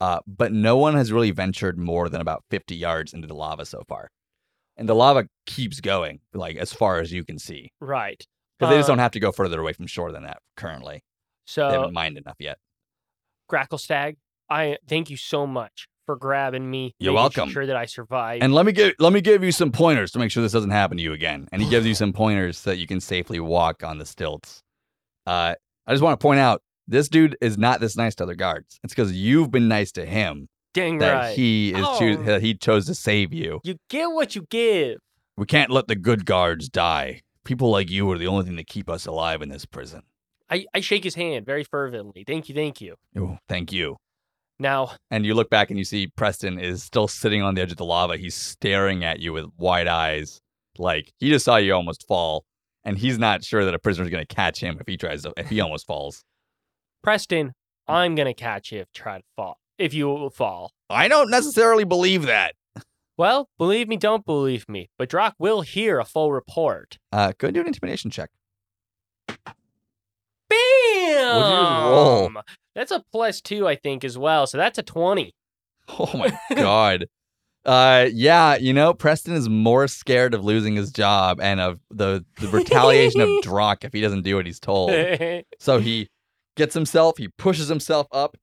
Speaker 1: Uh, but no one has really ventured more than about 50 yards into the lava so far. And the lava keeps going, like as far as you can see.
Speaker 2: Right.
Speaker 1: Because they just
Speaker 2: Uh,
Speaker 1: don't have to go further away from shore than that currently. they
Speaker 2: So
Speaker 1: haven't mined enough yet.
Speaker 2: Gracklestag, I thank you so much for grabbing me.
Speaker 1: You're
Speaker 2: making
Speaker 1: welcome.
Speaker 2: Sure that I survived.
Speaker 1: And let me give let me give you some pointers to make sure this doesn't happen to you again. And he gives you some pointers so that you can safely walk on the stilts. Uh, I just want to point out this dude is not this nice to other guards. It's because you've been nice to him
Speaker 2: Dang
Speaker 1: that
Speaker 2: right.
Speaker 1: he is choo-
Speaker 2: Oh.
Speaker 1: that he chose to save you.
Speaker 2: you get what you give.
Speaker 1: We can't let the good guards die. People like you are the only thing that keep us alive in this prison.
Speaker 2: I, I shake his hand very fervently. Thank you, thank you.
Speaker 1: Ooh, thank you.
Speaker 2: Now,
Speaker 1: And you look back and you see Preston is still sitting on the edge of the lava. He's staring at you with wide eyes. Like he just saw you almost fall. And he's not sure that a prisoner's gonna catch him if he tries to if he almost falls. Mm.
Speaker 2: Preston, I'm gonna catch you if try to fall. If you fall.
Speaker 1: I don't necessarily believe that.
Speaker 2: Well, believe me, don't believe me. But Drock will hear a full report.
Speaker 1: Uh go do an intimidation check.
Speaker 2: Bam!
Speaker 1: roll?
Speaker 2: That's a plus two, I think, as well. So that's a twenty.
Speaker 1: Oh my god. Uh yeah, you know, Preston is more scared of losing his job and of the, the retaliation of Drock if he doesn't do what he's told.
Speaker 2: That's
Speaker 1: So he gets himself, he pushes himself up.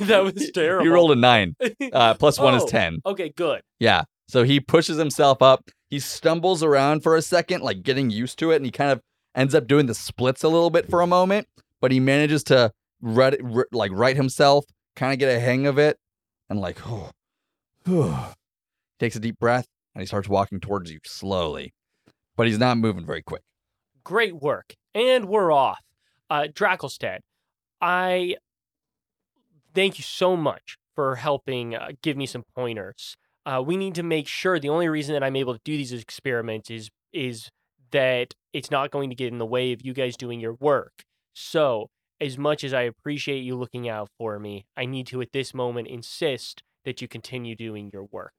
Speaker 2: that was terrible.
Speaker 1: You rolled a nine. Uh, plus one is
Speaker 2: Oh.
Speaker 1: ten.
Speaker 2: Okay, good.
Speaker 1: Yeah. So he pushes himself up. He stumbles around for a second, like getting used to it, and he kind of ends up doing the splits a little bit for a moment, but he manages to right, r- like right himself, kind of get a hang of it, and like, oh, takes a deep breath and he starts walking towards you slowly, but he's not moving very quick.
Speaker 2: Great work. And we're off. Uh, Drakelstad, I thank you so much for helping uh, give me some pointers. Uh, we need to make sure the only reason that I'm able to do these experiments is is that it's not going to get in the way of you guys doing your work. So, as much as I appreciate you looking out for me, I need to at this moment insist that you continue doing your work.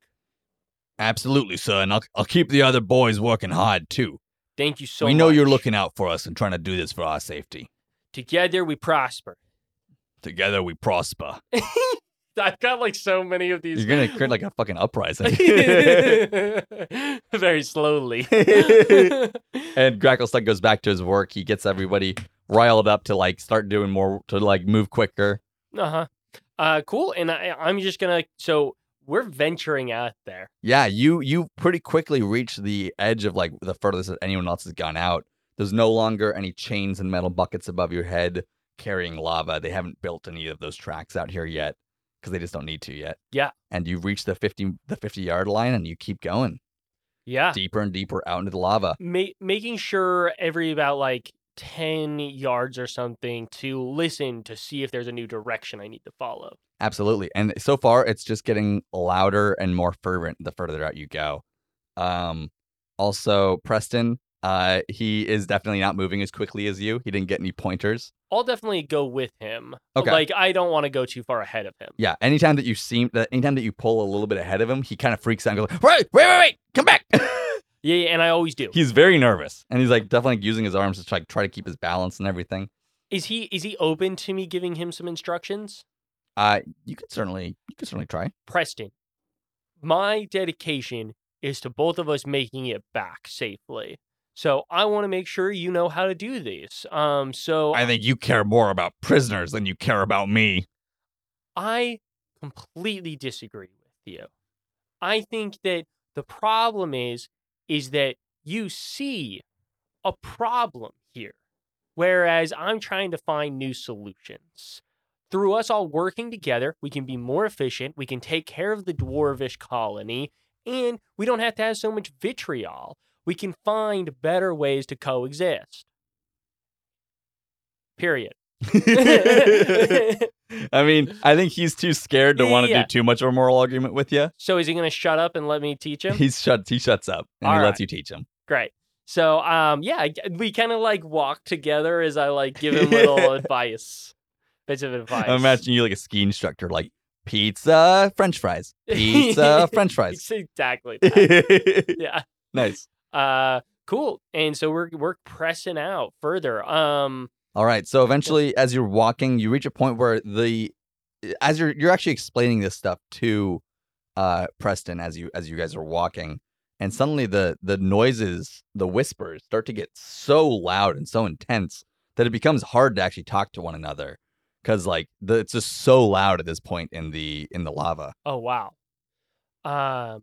Speaker 1: Absolutely, sir, and I'll, I'll keep the other boys working hard too.
Speaker 2: Thank you so
Speaker 1: we know you're
Speaker 2: much.
Speaker 1: looking out for us and trying to do this for our safety.
Speaker 2: together we prosper.
Speaker 1: Together we prosper.
Speaker 2: I've got like so many of these.
Speaker 1: You're gonna create like a fucking uprising.
Speaker 2: very slowly.
Speaker 1: And Gracklestun goes back to his work. He gets everybody riled up to like start doing more to like move quicker.
Speaker 2: uh-huh. Uh cool. And I I'm just gonna so we're venturing out there.
Speaker 1: Yeah, you you pretty quickly reach the edge of like the furthest that anyone else has gone out. There's no longer any chains and metal buckets above your head carrying lava. They haven't built any of those tracks out here yet because they just don't need to yet.
Speaker 2: Yeah.
Speaker 1: And you reach the 50 the 50 yard line and you keep going
Speaker 2: Yeah.
Speaker 1: deeper and deeper out into the lava.
Speaker 2: Ma- making sure every about like 10 yards or something to listen to see if there's a new direction I need to follow.
Speaker 1: Absolutely. And so far it's just getting louder and more fervent the further out you go. Um also Preston, uh he is definitely not moving as quickly as you. He didn't get any pointers.
Speaker 2: I'll definitely go with him.
Speaker 1: Okay.
Speaker 2: Like I don't want to go too far ahead of him.
Speaker 1: Yeah, anytime that you seem that anytime that you pull a little bit ahead of him, he kind of freaks out and goes, "Wait, wait, wait, wait, come back."
Speaker 2: Yeah, yeah and I always do.
Speaker 1: he's very nervous. And he's like definitely using his arms to try, try to keep his balance and everything.
Speaker 2: Is he is he open to me giving him some instructions?
Speaker 1: Uh you could certainly you could certainly try.
Speaker 2: Preston, my dedication is to both of us making it back safely. So I want to make sure you know how to do this. Um, so I,
Speaker 1: think you care more about prisoners than you care about me.
Speaker 2: completely disagree with you. I think that the problem is is that you see a problem here, whereas I'm trying to find new solutions. Through us all working together, we can be more efficient. We can take care of the dwarvish colony, and we don't have to have so much vitriol. We can find better ways to coexist. Period.
Speaker 1: I mean, I think he's too scared to want to
Speaker 2: Yeah.
Speaker 1: do too much of a moral argument with you.
Speaker 2: so is he going to shut up and let me teach him?
Speaker 1: He's shut. He shuts up and he
Speaker 2: All
Speaker 1: lets you teach him.
Speaker 2: Great. So um yeah, I- we kind of like walk together as I like give him little advice, bits of advice.
Speaker 1: I'm imagining you like a ski instructor, like pizza, French fries, pizza, French fries.
Speaker 2: It's exactly. that.
Speaker 1: nice.
Speaker 2: yeah. Uh, cool. And so we're we're pressing out further. Um,
Speaker 1: All right. So eventually, as you're walking, you reach a point where the as you're you're actually explaining this stuff to uh Preston as you as you guys are walking, and suddenly the the noises, the whispers, start to get so loud and so intense that it becomes hard to actually talk to one another because like the, it's just so loud at this point in the in the lava.
Speaker 2: oh wow. Um,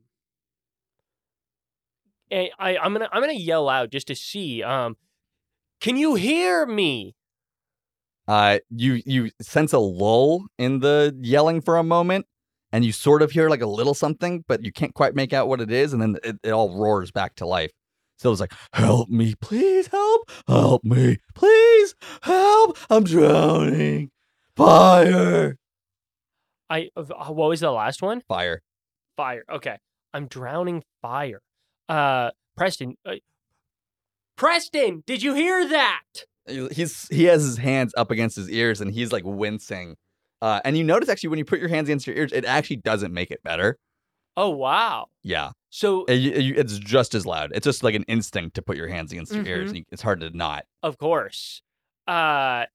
Speaker 2: and I I'm gonna I'm gonna yell out just to see. Um, can you hear me?
Speaker 1: uh you you sense a lull in the yelling for a moment and you sort of hear like a little something but you can't quite make out what it is and then it, it all roars back to life so it's like help me please help help me please help i'm drowning fire
Speaker 2: I uh, what was the last one?
Speaker 1: fire
Speaker 2: fire. Okay. I'm drowning fire. Uh Preston uh, Preston, did you hear that?
Speaker 1: he's he has his hands up against his ears and he's like wincing uh and you notice actually when you put your hands against your ears it actually doesn't make it better
Speaker 2: Oh wow.
Speaker 1: yeah
Speaker 2: So
Speaker 1: It- it- it's just as loud. It's just like an instinct to put your hands against your
Speaker 2: Mm-hmm.
Speaker 1: ears. And you- it's hard to not.
Speaker 2: of course. Uh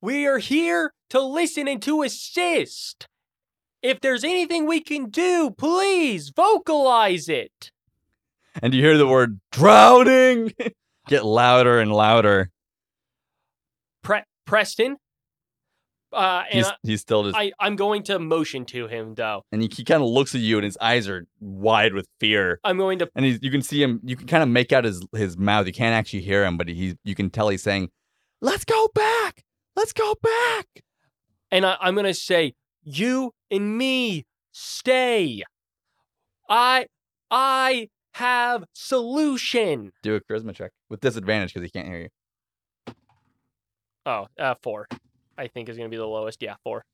Speaker 2: we are here to listen and to assist. If there's anything we can do, please vocalize it.
Speaker 1: And you hear the word drowning get louder and louder.
Speaker 2: Pre- Preston, Uh, and
Speaker 1: He's, he's still just,
Speaker 2: I, I, am going to motion to him though.
Speaker 1: and he, he kind of looks at you, and his eyes are wide with fear.
Speaker 2: I'm going to
Speaker 1: And he's, you can see him. You can kind of make out his his mouth. You can't actually hear him, but he's you can tell he's saying, "Let's go back. Let's go back."
Speaker 2: and I, I'm gonna say, you and me stay. I I have solution.
Speaker 1: Do a charisma check with disadvantage because he can't hear you.
Speaker 2: Oh, uh, four. I think is gonna be the lowest. Yeah, four.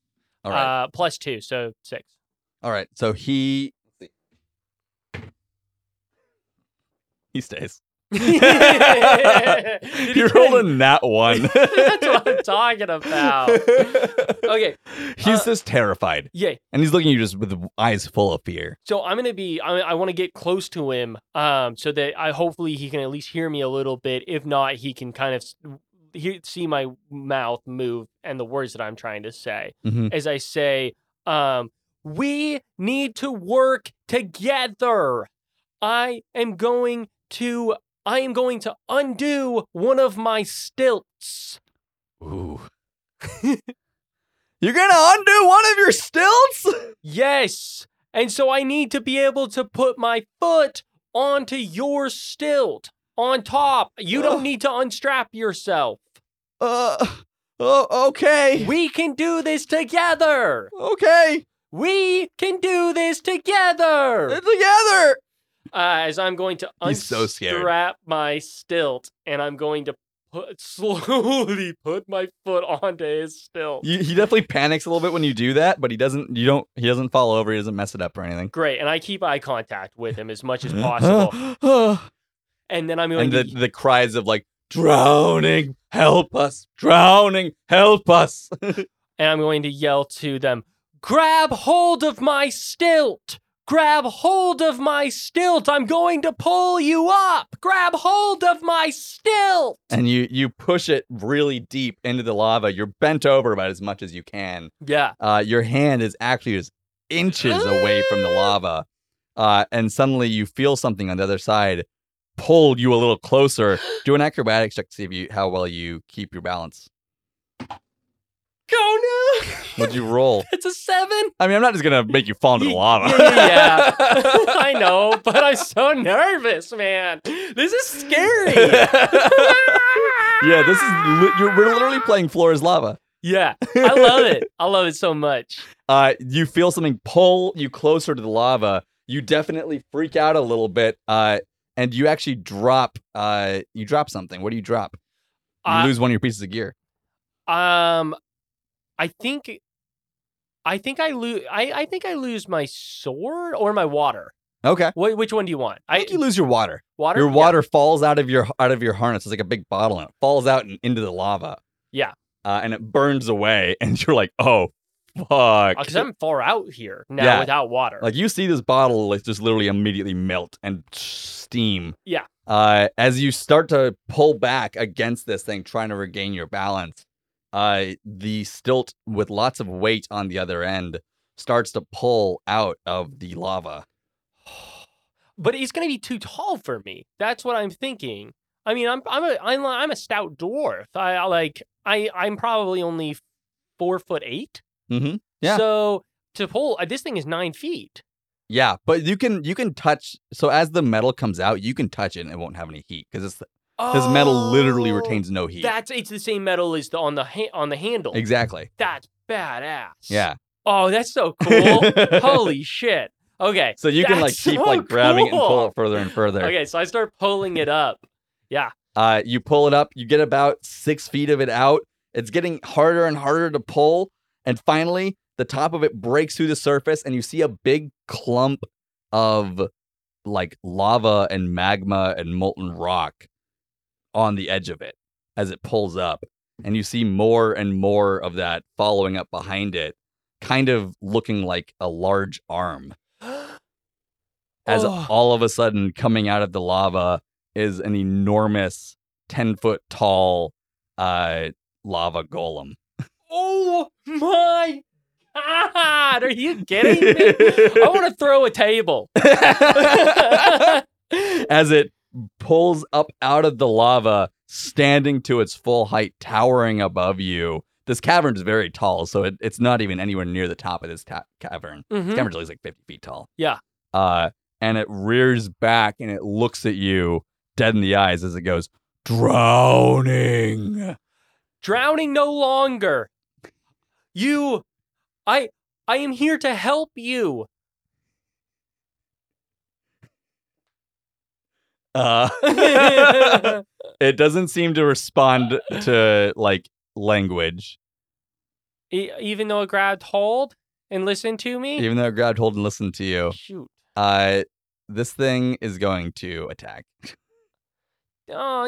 Speaker 1: All right.
Speaker 2: Uh, plus two, so six.
Speaker 1: All right. So he he stays.
Speaker 2: Did he
Speaker 1: You're
Speaker 2: try and-
Speaker 1: rolling that one.
Speaker 2: That's what I'm talking about. Okay,
Speaker 1: He's
Speaker 2: Uh,
Speaker 1: just terrified,
Speaker 2: yeah.
Speaker 1: and he's looking at you just with eyes full of fear.
Speaker 2: So I'm gonna be. I, I want to get close to him, um, so that I hopefully he can at least hear me a little bit. If not, he can kind of s- hear, see my mouth move and the words that I'm trying to say.
Speaker 1: Mhm.
Speaker 2: As I say, um, we need to work together. I am going to. I am going to undo one of my stilts.
Speaker 1: Ooh. You're gonna undo one of your stilts.
Speaker 2: Yes. And so I need to be able to put my foot onto your stilt on top. You don't
Speaker 1: Ugh.
Speaker 2: need to unstrap yourself.
Speaker 1: Uh. Oh. Okay.
Speaker 2: We can do this together.
Speaker 1: okay.
Speaker 2: We can do this together.
Speaker 1: Together.
Speaker 2: Uh, as I'm going to
Speaker 1: He's so scared.
Speaker 2: unstrap my stilt and I'm going to put, slowly put my foot onto his stilt.
Speaker 1: You, he definitely panics a little bit when you do that, but he doesn't. You don't. He doesn't fall over. He doesn't mess it up or anything.
Speaker 2: Great. And I keep eye contact with him as much as possible. And then I'm going
Speaker 1: and
Speaker 2: to
Speaker 1: the, the cries of like drowning, help us, drowning, help us.
Speaker 2: and I'm going to yell to them, Grab hold of my stilt! Grab hold of my stilt! I'm going to pull you up! Grab hold of my stilt!
Speaker 1: and you you push it really deep into the lava. You're bent over about as much as you can.
Speaker 2: Yeah.
Speaker 1: Uh, your hand is actually just inches away from the lava, uh, and suddenly you feel something on the other side pull you a little closer. Do an acrobatics check to see if you, how well you keep your balance.
Speaker 2: Go no!
Speaker 1: Would you roll?
Speaker 2: it's a seven?
Speaker 1: I mean, I'm not just gonna make you fall into the lava.
Speaker 2: Yeah. I know, but I'm so nervous, man. This is scary.
Speaker 1: Yeah, this is li- you're, we're literally playing floor is lava.
Speaker 2: Yeah. I love it. I love it so much.
Speaker 1: Uh, you feel something pull you closer to the lava. You definitely freak out a little bit, uh, and you actually drop. Uh, you drop something. What do you drop? You
Speaker 2: I-
Speaker 1: lose one of your pieces of gear.
Speaker 2: Um, I think, I think I lose. I, I think I lose my sword or my water.
Speaker 1: Okay,
Speaker 2: Wh- which one do you want?
Speaker 1: I think you lose your water.
Speaker 2: water.
Speaker 1: Your
Speaker 2: Yeah.
Speaker 1: water falls out of your out of your harness. It's like a big bottle, and it falls out and into the lava.
Speaker 2: Yeah.
Speaker 1: uh, and it burns away, and you're like, oh, fuck.
Speaker 2: Uh, 'cause I'm far out here now
Speaker 1: Yeah.
Speaker 2: without water.
Speaker 1: Like you see this bottle like just literally immediately melt and steam.
Speaker 2: Yeah.
Speaker 1: Uh, as you start to pull back against this thing, trying to regain your balance, uh, the stilt with lots of weight on the other end starts to pull out of the lava.
Speaker 2: but it's gonna be too tall for me. That's what I'm thinking. I mean, I'm I'm a I'm, I'm a stout dwarf. I, I like I I'm probably only four foot eight.
Speaker 1: Mm-hmm. Yeah.
Speaker 2: So to pull uh, this thing is nine feet.
Speaker 1: Yeah, but you can you can touch. So as the metal comes out, you can touch it and it won't have any heat because
Speaker 2: Oh,
Speaker 1: this metal literally retains no heat.
Speaker 2: That's it's the same metal as the on the ha- on the handle.
Speaker 1: exactly.
Speaker 2: That's badass.
Speaker 1: Yeah.
Speaker 2: Oh, that's so cool. Holy shit. Okay.
Speaker 1: so you can like
Speaker 2: that's
Speaker 1: keep
Speaker 2: so
Speaker 1: like grabbing it and pull
Speaker 2: cool. Oh,
Speaker 1: it further and further.
Speaker 2: Okay, so I start pulling it up.
Speaker 1: Uh, you pull it up, you get about six feet of it out. It's getting harder and harder to pull. And finally, the top of it breaks through the surface, and you see a big clump of like lava and magma and molten rock on the edge of it as it pulls up. And you see more and more of that following up behind it, kind of looking like a large arm as
Speaker 2: Oh.
Speaker 1: all of a sudden coming out of the lava is an enormous 10 foot tall uh, lava golem.
Speaker 2: Oh my god. Are you kidding me? I want to throw a table.
Speaker 1: as it pulls up out of the lava, standing to its full height, towering above you, this cavern is very tall, so it, it's not even anywhere near the top of this ta- cavern.
Speaker 2: Mhm.
Speaker 1: This cavern's only like 50 feet tall.
Speaker 2: Yeah.
Speaker 1: Uh, and it rears back and it looks at you dead in the eyes as it goes, drowning.
Speaker 2: drowning no longer. You, I, I am here to help you.
Speaker 1: Uh,
Speaker 2: I
Speaker 1: it doesn't seem to respond to like language,
Speaker 2: E, even though it grabbed hold and listened to me.
Speaker 1: even though it grabbed hold and listened to you.
Speaker 2: Shoot.
Speaker 1: Uh, this thing is going to attack.
Speaker 2: Oh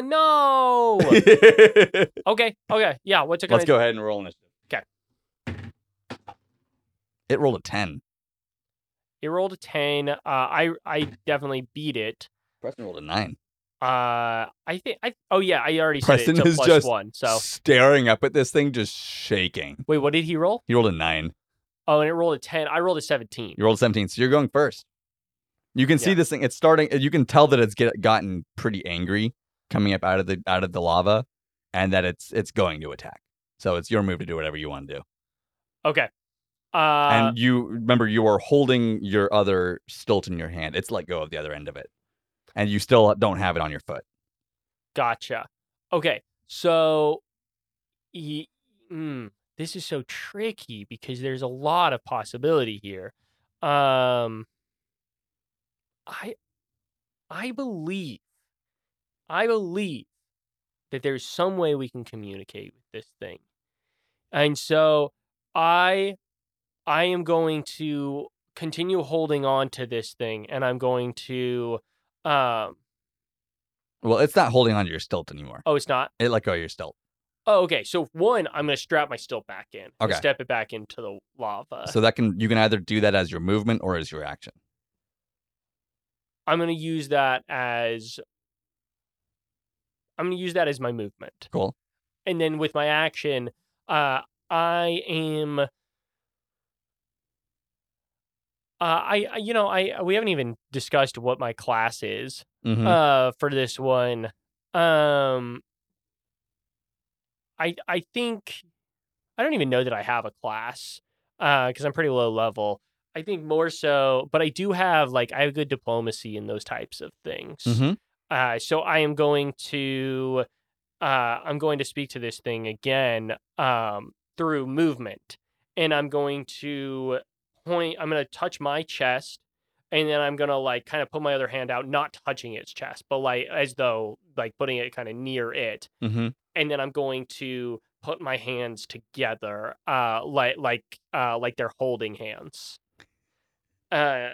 Speaker 2: no.
Speaker 1: Let's
Speaker 2: okay. Okay. Yeah. What's it gonna?
Speaker 1: go ahead and roll initiative.
Speaker 2: 'Kay.
Speaker 1: It rolled a 10.
Speaker 2: It rolled a ten. Uh, I I definitely beat it.
Speaker 1: Preston rolled a 9.
Speaker 2: Uh, I think I. Oh yeah, I already said
Speaker 1: Preston
Speaker 2: it. It's a
Speaker 1: is
Speaker 2: plus
Speaker 1: just
Speaker 2: one. So
Speaker 1: Staring up at this thing, just shaking.
Speaker 2: wait, what did he roll?
Speaker 1: He rolled a 9.
Speaker 2: Oh, and it rolled a ten. I rolled a seventeen.
Speaker 1: You rolled a 17, so you're going first. You can see
Speaker 2: Yeah.
Speaker 1: this thing. It's starting. You can tell that it's get, gotten pretty angry coming up out of the out of the lava, and that it's it's going to attack. So it's your move to do whatever you want to do.
Speaker 2: Okay. Uh,
Speaker 1: and you remember you are holding your other stilt in your hand. It's let go of the other end of it, and you still don't have it on your foot.
Speaker 2: Gotcha. Okay. So, ye- mm, this is so tricky because there's a lot of possibility here. Um, I, I believe, I believe that there's some way we can communicate with this thing, and so I, I am going to continue holding on to this thing, and I'm going to, um,
Speaker 1: Well, it's not holding on to your stilt anymore.
Speaker 2: oh, it's not.
Speaker 1: It let go of your stilt.
Speaker 2: Oh, okay. So one, I'm gonna strap my stilt back in. and
Speaker 1: Okay.
Speaker 2: Step it back into the lava.
Speaker 1: so that can you can either do that as your movement or as your action.
Speaker 2: I'm gonna use that as I'm gonna use that as my movement.
Speaker 1: Cool.
Speaker 2: And then with my action, uh, I am. Uh, I I- you know I we haven't even discussed what my class is
Speaker 1: Mhm.
Speaker 2: uh for this one. Um, I I think I don't even know that I have a class because I'm pretty low level. I think more so, but I do have like I have good diplomacy in those types of things.
Speaker 1: Mhm.
Speaker 2: Uh, so I am going to uh, I'm going to speak to this thing again um, through movement, and I'm going to point. I'm going to touch my chest, and then I'm going to like kind of put my other hand out, not touching its chest, but like as though like putting it kind of near it,
Speaker 1: Mhm.
Speaker 2: and then I'm going to put my hands together, uh, like like uh, like they're holding hands. Uh,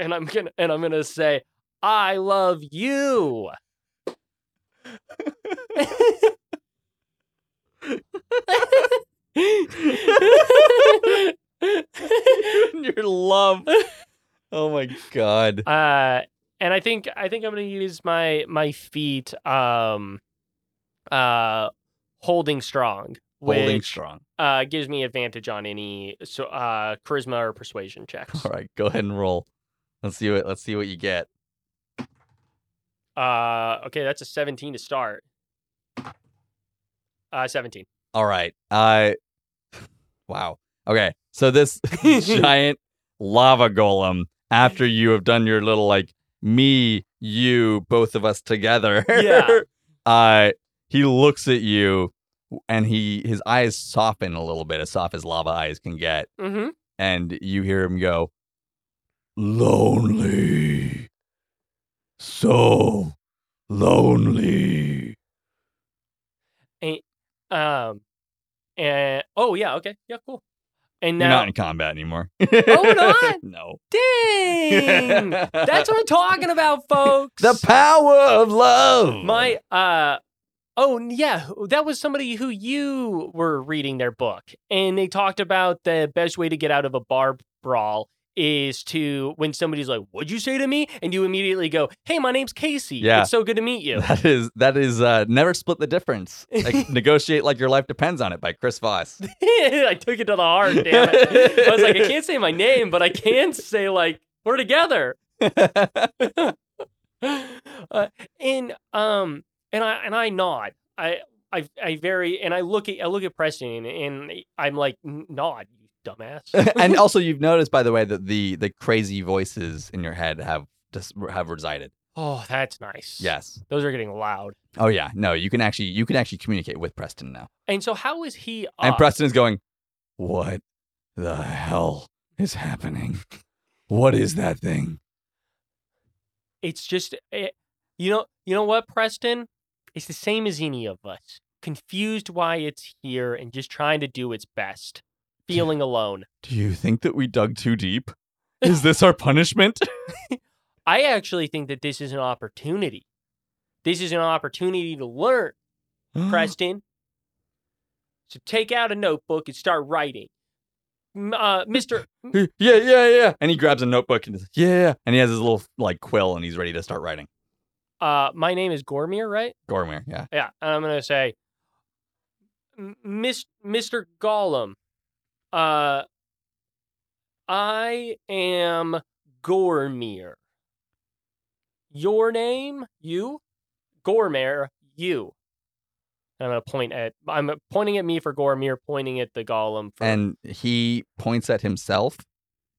Speaker 2: and I'm gonna and I'm gonna say, I love you.
Speaker 1: your love. Oh my god.
Speaker 2: Uh, and I think I think I'm gonna use my my feet, um, uh, holding strong,
Speaker 1: Holding
Speaker 2: which
Speaker 1: strong.
Speaker 2: uh gives me advantage on any so uh charisma or persuasion checks.
Speaker 1: All right, go ahead and roll. Let's see what let's see what you get.
Speaker 2: Uh, okay, that's a 17 to start. Uh, 17.
Speaker 1: All right. Uh wow. Okay. So this giant lava golem after you have done your little like me, you, both of us together.
Speaker 2: Yeah.
Speaker 1: uh he looks at you and he his eyes soften a little bit, as soft as lava eyes can get,
Speaker 2: Mm-hmm.
Speaker 1: and you hear him go lonely. So lonely.
Speaker 2: Um, and oh yeah, okay, yeah, cool. And
Speaker 1: You're
Speaker 2: now,
Speaker 1: not in combat anymore.
Speaker 2: Oh, we're not?
Speaker 1: no.
Speaker 2: dang, that's what I'm talking about, folks.
Speaker 1: the power of love.
Speaker 2: my uh, oh yeah, who- that was somebody who you were reading their book, and they talked about the best way to get out of a bar brawl is to when somebody's like, "What'd you say to me?" and you immediately go, "Hey, my name's Casey.
Speaker 1: Yeah.
Speaker 2: It's so good to meet you."
Speaker 1: That is that is uh, never split the difference. Like, negotiate like your life depends on it by Chris Voss.
Speaker 2: I took it to the heart, damn it. I was like, I can't say my name, but I can say like we're together. Uh, and um and I and I nod. I I I very and I look at I look at Preston and I'm like, nod, you dumbass.
Speaker 1: and also, you've noticed, by the way, that the the crazy voices in your head have just have resided.
Speaker 2: oh, that's nice.
Speaker 1: Yes.
Speaker 2: those are getting loud.
Speaker 1: Oh yeah. No, you can actually you can actually communicate with Preston now.
Speaker 2: And so, how is he? Up?
Speaker 1: And Preston is going, "What the hell is happening? What is that thing?"
Speaker 2: It's just, eh, you know, you know what, Preston? It's the same as any of us. Confused why it's here and just trying to do its best. Feeling alone.
Speaker 1: Do you think that we dug too deep? Is this our punishment?
Speaker 2: I actually think that this is an opportunity. This is an opportunity to learn,
Speaker 1: Uh-huh.
Speaker 2: Preston. So take out a notebook and start writing. M- Uh, Mr.
Speaker 1: yeah, yeah, yeah. And he grabs a notebook and he's like, yeah, yeah. And he has his little like quill and he's ready to start writing.
Speaker 2: Uh, my name is Gormir, right?
Speaker 1: Gormir, yeah.
Speaker 2: Yeah, and I'm gonna say, "M- Miss Mr. Gollum, uh, I am Gormir. Your name, you, Gormir, you. And I'm gonna point at. I'm pointing at me for Gormir, pointing at the Gollum for.
Speaker 1: And he points at himself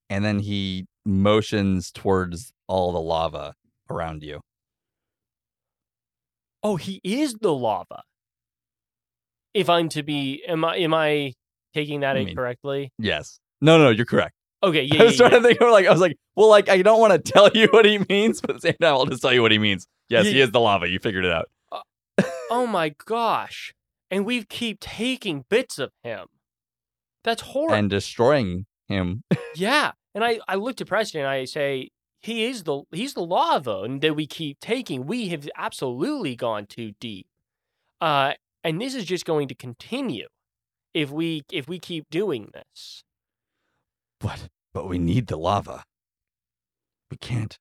Speaker 1: and then he motions towards all the lava around you.
Speaker 2: oh, he is the lava. If I'm to be, am I? Am I taking that
Speaker 1: I
Speaker 2: in
Speaker 1: mean-
Speaker 2: correctly?
Speaker 1: Yes. No, no, you're correct.
Speaker 2: Okay, yeah,
Speaker 1: I
Speaker 2: yeah,
Speaker 1: was trying
Speaker 2: yeah.
Speaker 1: to think of like I was like, well, like I don't want to tell you what he means, but at the same time, I'll just tell you what he means. Yes,
Speaker 2: Ye-
Speaker 1: he is the lava. You figured it out.
Speaker 2: Oh my gosh. And we keep taking bits of him. That's horrible.
Speaker 1: And destroying him.
Speaker 2: yeah. And I, I look to Preston and I say, he is the he's the lava and that we keep taking. We have absolutely gone too deep. Uh, and this is just going to continue if we if we keep doing this.
Speaker 1: But but we need the lava. We can't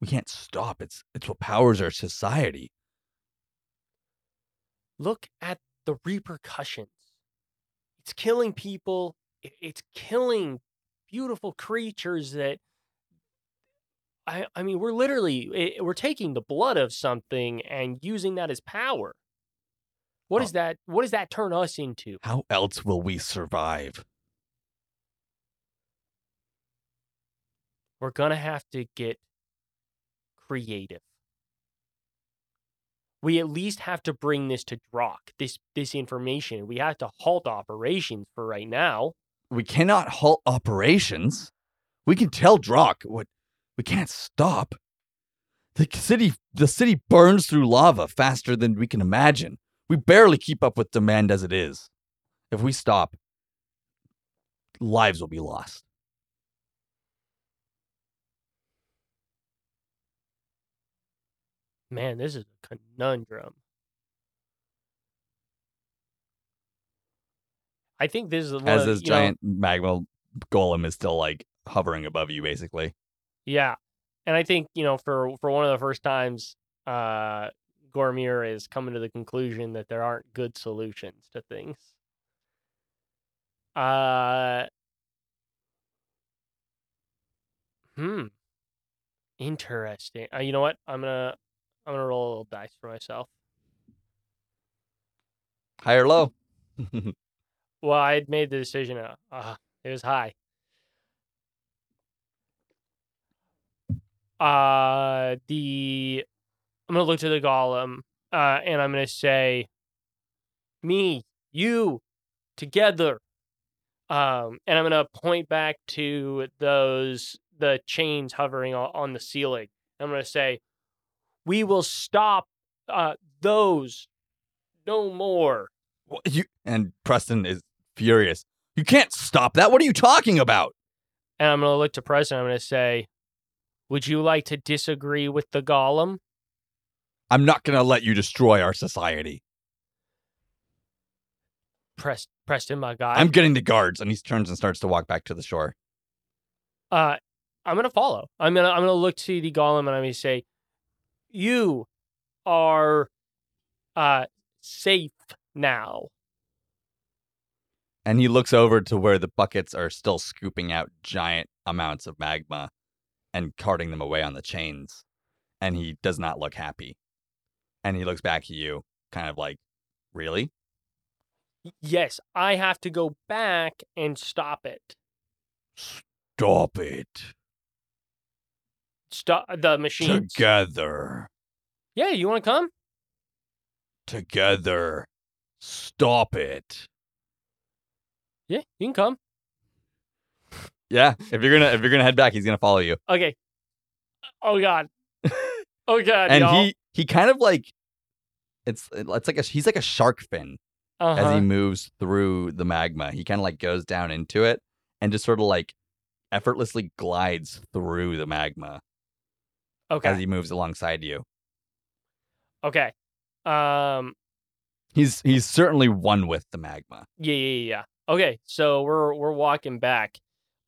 Speaker 1: we can't stop. It's it's what powers our society.
Speaker 2: Look at the repercussions. It's killing people. i- It's killing beautiful creatures that I I mean we're literally i- we're taking the blood of something and using that as power. What
Speaker 1: Oh.
Speaker 2: is that what does that turn us into?
Speaker 1: How else will we survive?
Speaker 2: We're going to have to get creative. We at least have to bring this to Drock, this this information. We have to halt operations for right now.
Speaker 1: We cannot halt operations. We can tell Drock what we can't stop. The city the city burns through lava faster than we can imagine. We barely keep up with demand as it is. If we stop, lives will be lost.
Speaker 2: Man, this is a conundrum. I think this is one
Speaker 1: as
Speaker 2: of-
Speaker 1: this
Speaker 2: you know,
Speaker 1: giant magma golem is still like hovering above you basically.
Speaker 2: yeah, and I think you know for for one of the first times, uh, Gormir is coming to the conclusion that there aren't good solutions to things. Uh, hmm, interesting. Uh, you know what? I'm gonna I'm gonna roll a little dice for myself.
Speaker 1: High or low?
Speaker 2: Well, I had made the decision. Uh, uh, it was high. Uh, the I'm gonna look to the golem, uh, and I'm gonna say, me, you, together. Um, and I'm gonna point back to those the chains hovering o- on the ceiling. I'm gonna say, we will stop uh, those no more.
Speaker 1: Well, you and Preston is furious. You can't stop that. What are you talking about?
Speaker 2: and I'm going to look to Preston. I'm going to say, "Would you like to disagree with the Golem?"
Speaker 1: I'm not going to let you destroy our society.
Speaker 2: Pres- Preston, my guy.
Speaker 1: I'm getting the guards. And he turns and starts to walk back to the shore.
Speaker 2: uh, I'm going to follow. I'm going to I'm going to look to the Golem and I'm going to say, "You are uh safe now."
Speaker 1: And he looks over to where the buckets are still scooping out giant amounts of magma and carting them away on the chains. And he does not look happy. And he looks back at you, kind of like Really?
Speaker 2: Yes, I have to go back and stop it.
Speaker 1: Stop it.
Speaker 2: Stop the machine.
Speaker 1: Together.
Speaker 2: Yeah, you want to come?
Speaker 1: Together. Stop it.
Speaker 2: Yeah, you can come.
Speaker 1: Yeah. If you're gonna if you're gonna head back, he's gonna follow you.
Speaker 2: Okay. Oh God. Oh God.
Speaker 1: and
Speaker 2: y'all.
Speaker 1: he he kind of like it's it's like a he's like a shark fin
Speaker 2: Uh-huh.
Speaker 1: as he moves through the magma. He kind of like goes down into it and just sort of like effortlessly glides through the magma
Speaker 2: okay.
Speaker 1: as he moves alongside you.
Speaker 2: okay. Um.
Speaker 1: He's he's certainly one with the magma.
Speaker 2: Yeah. Yeah. Yeah. yeah. Okay. So we're we're walking back.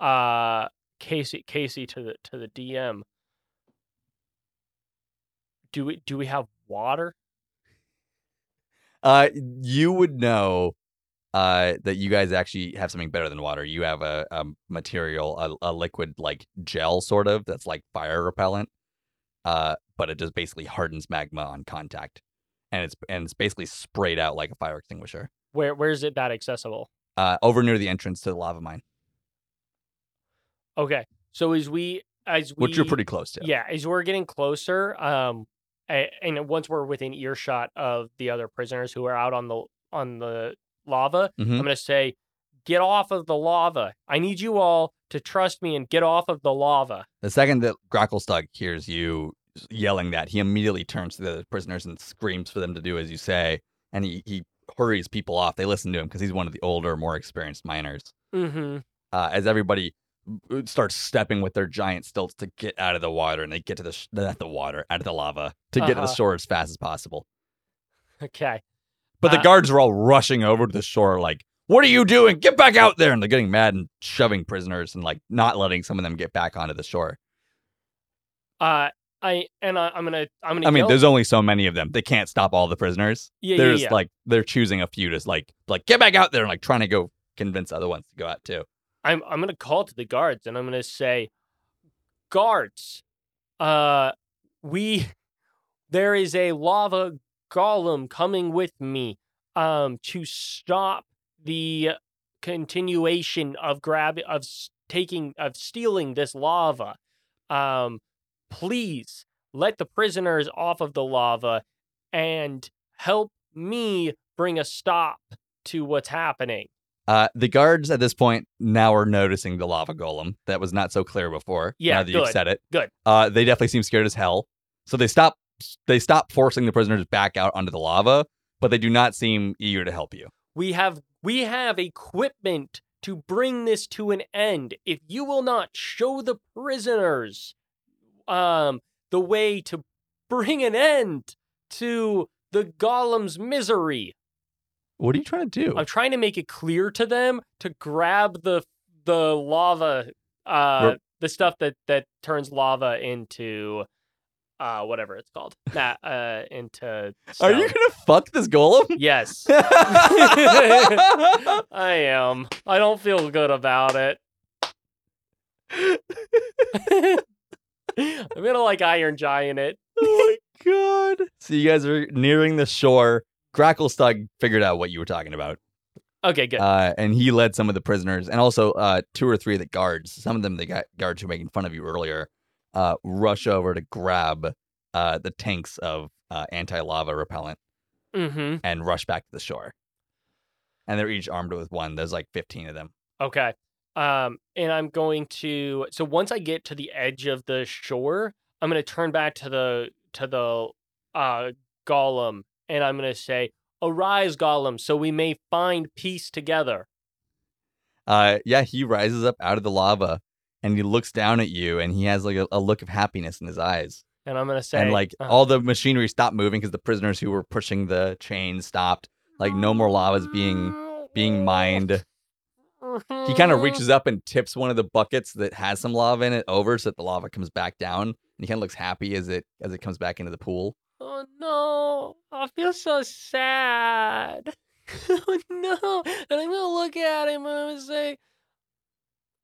Speaker 2: Uh, Casey, Casey to the to the DM. Do we do we have water?
Speaker 1: Uh, you would know uh, that you guys actually have something better than water. You have a, a material, a, a liquid like gel sort of that's like fire repellent, uh, but it just basically hardens magma on contact, and it's and it's basically sprayed out like a fire extinguisher.
Speaker 2: Where where is it that accessible?
Speaker 1: Uh, over near the entrance to the lava mine,
Speaker 2: Okay. So as we as we
Speaker 1: which you're pretty close to.
Speaker 2: yeah as we're getting closer um a- and once we're within earshot of the other prisoners who are out on the on the lava
Speaker 1: Mhm.
Speaker 2: i'm going to say get off of the lava i need you all to trust me and get off of the lava
Speaker 1: The second that Gracklestug hears you yelling that, he immediately turns to the other prisoners and screams for them to do as you say, and he he hurries people off. They listen to him because he's one of the older, more experienced miners.
Speaker 2: mm-hmm
Speaker 1: uh, as everybody uh, starts stepping with their giant stilts to get out of the water and they get to the sh- not the water out of the lava to get to the
Speaker 2: Uh-huh.
Speaker 1: shore as fast as possible
Speaker 2: okay
Speaker 1: but the
Speaker 2: Uh,
Speaker 1: guards are all rushing over to the shore like what are you doing get back out there and they're getting mad and shoving prisoners and like not letting some of them get back onto the shore
Speaker 2: uh i and I, i'm going to i'm going to
Speaker 1: i mean there's only so many of them they can't stop all the prisoners
Speaker 2: yeah, yeah,
Speaker 1: there's
Speaker 2: yeah.
Speaker 1: like they're choosing a few to like like get back out there and like trying to go convince other ones to go out too
Speaker 2: I'm I'm gonna call to the guards and I'm gonna say, guards, uh, we, there is a lava golem coming with me, um, to stop the continuation of grab of s- taking of stealing this lava, um, please let the prisoners off of the lava, and help me bring a stop to what's happening.
Speaker 1: Uh, the guards at this point now are noticing the lava golem. That was not so clear before.
Speaker 2: Yeah,
Speaker 1: now that you've
Speaker 2: good,
Speaker 1: said it.
Speaker 2: good.
Speaker 1: Uh, they definitely seem scared as hell. So they stop. They stop forcing the prisoners back out onto the lava, but they do not seem eager to help you.
Speaker 2: We have we have equipment to bring this to an end. If you will not show the prisoners um the way to bring an end to the golem's misery.
Speaker 1: What are you trying to do?
Speaker 2: I'm trying to make it clear to them to grab the the lava uh
Speaker 1: We're-
Speaker 2: the stuff that that turns lava into uh whatever it's called. Nah, uh into
Speaker 1: are you
Speaker 2: stone.
Speaker 1: gonna fuck this golem?
Speaker 2: Yes.
Speaker 1: I
Speaker 2: I am. I don't feel good about it. I'm gonna like Iron Giant it.
Speaker 1: oh my god! So you guys are nearing the shore. Gracklestug figured out what you were talking about.
Speaker 2: Okay, good.
Speaker 1: uh, and he led some of the prisoners and also uh, two or three of the guards some of them the gu- guards who were making fun of you earlier uh, rush over to grab uh, the tanks of uh, anti-lava repellent
Speaker 2: mm-hmm.
Speaker 1: and rush back to the shore and they're each armed with one there's like 15 of them
Speaker 2: Okay. Um, and I'm going to. So once I get to the edge of the shore, I'm gonna turn back to the to the uh golem, and I'm gonna say, "Arise, golem, so we may find peace together."
Speaker 1: uh, yeah he rises up out of the lava and he looks down at you and he has like a, a look of happiness in his eyes
Speaker 2: And I'm gonna say,
Speaker 1: and like
Speaker 2: uh,
Speaker 1: all the machinery stopped moving because the prisoners who were pushing the chain stopped like no more lava is being being mined He kind of reaches up and tips one of the buckets that has some lava in it over so that the lava comes back down. And he kind of looks happy as it as it comes back into the pool.
Speaker 2: Oh no, I feel so sad. oh no. And I'm gonna look at him and I'm gonna say,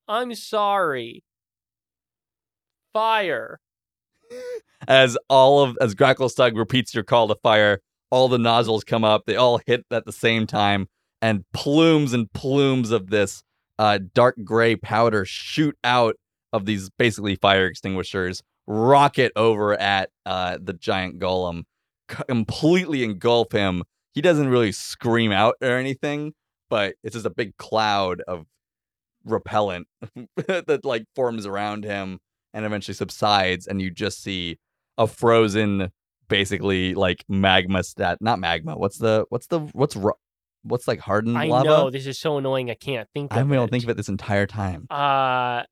Speaker 2: I'm sorry. Fire.
Speaker 1: As all of as Gracklestug repeats your call to fire, all the nozzles come up. They all hit at the same time, and plumes and plumes of this uh, dark gray powder shoot out of these basically fire extinguishers, rocket over at uh, the giant golem, c- completely engulf him. He doesn't really scream out or anything, but it's just a big cloud of repellent that like forms around him and eventually subsides, and you just see a frozen, basically like magma stat, not magma. What's the what's the what's ro- what's like hardened
Speaker 2: I
Speaker 1: Mm, lava?
Speaker 2: know this is so annoying. I can't think. Of
Speaker 1: I've been able
Speaker 2: it.
Speaker 1: to think of it this entire time.
Speaker 2: Uh, I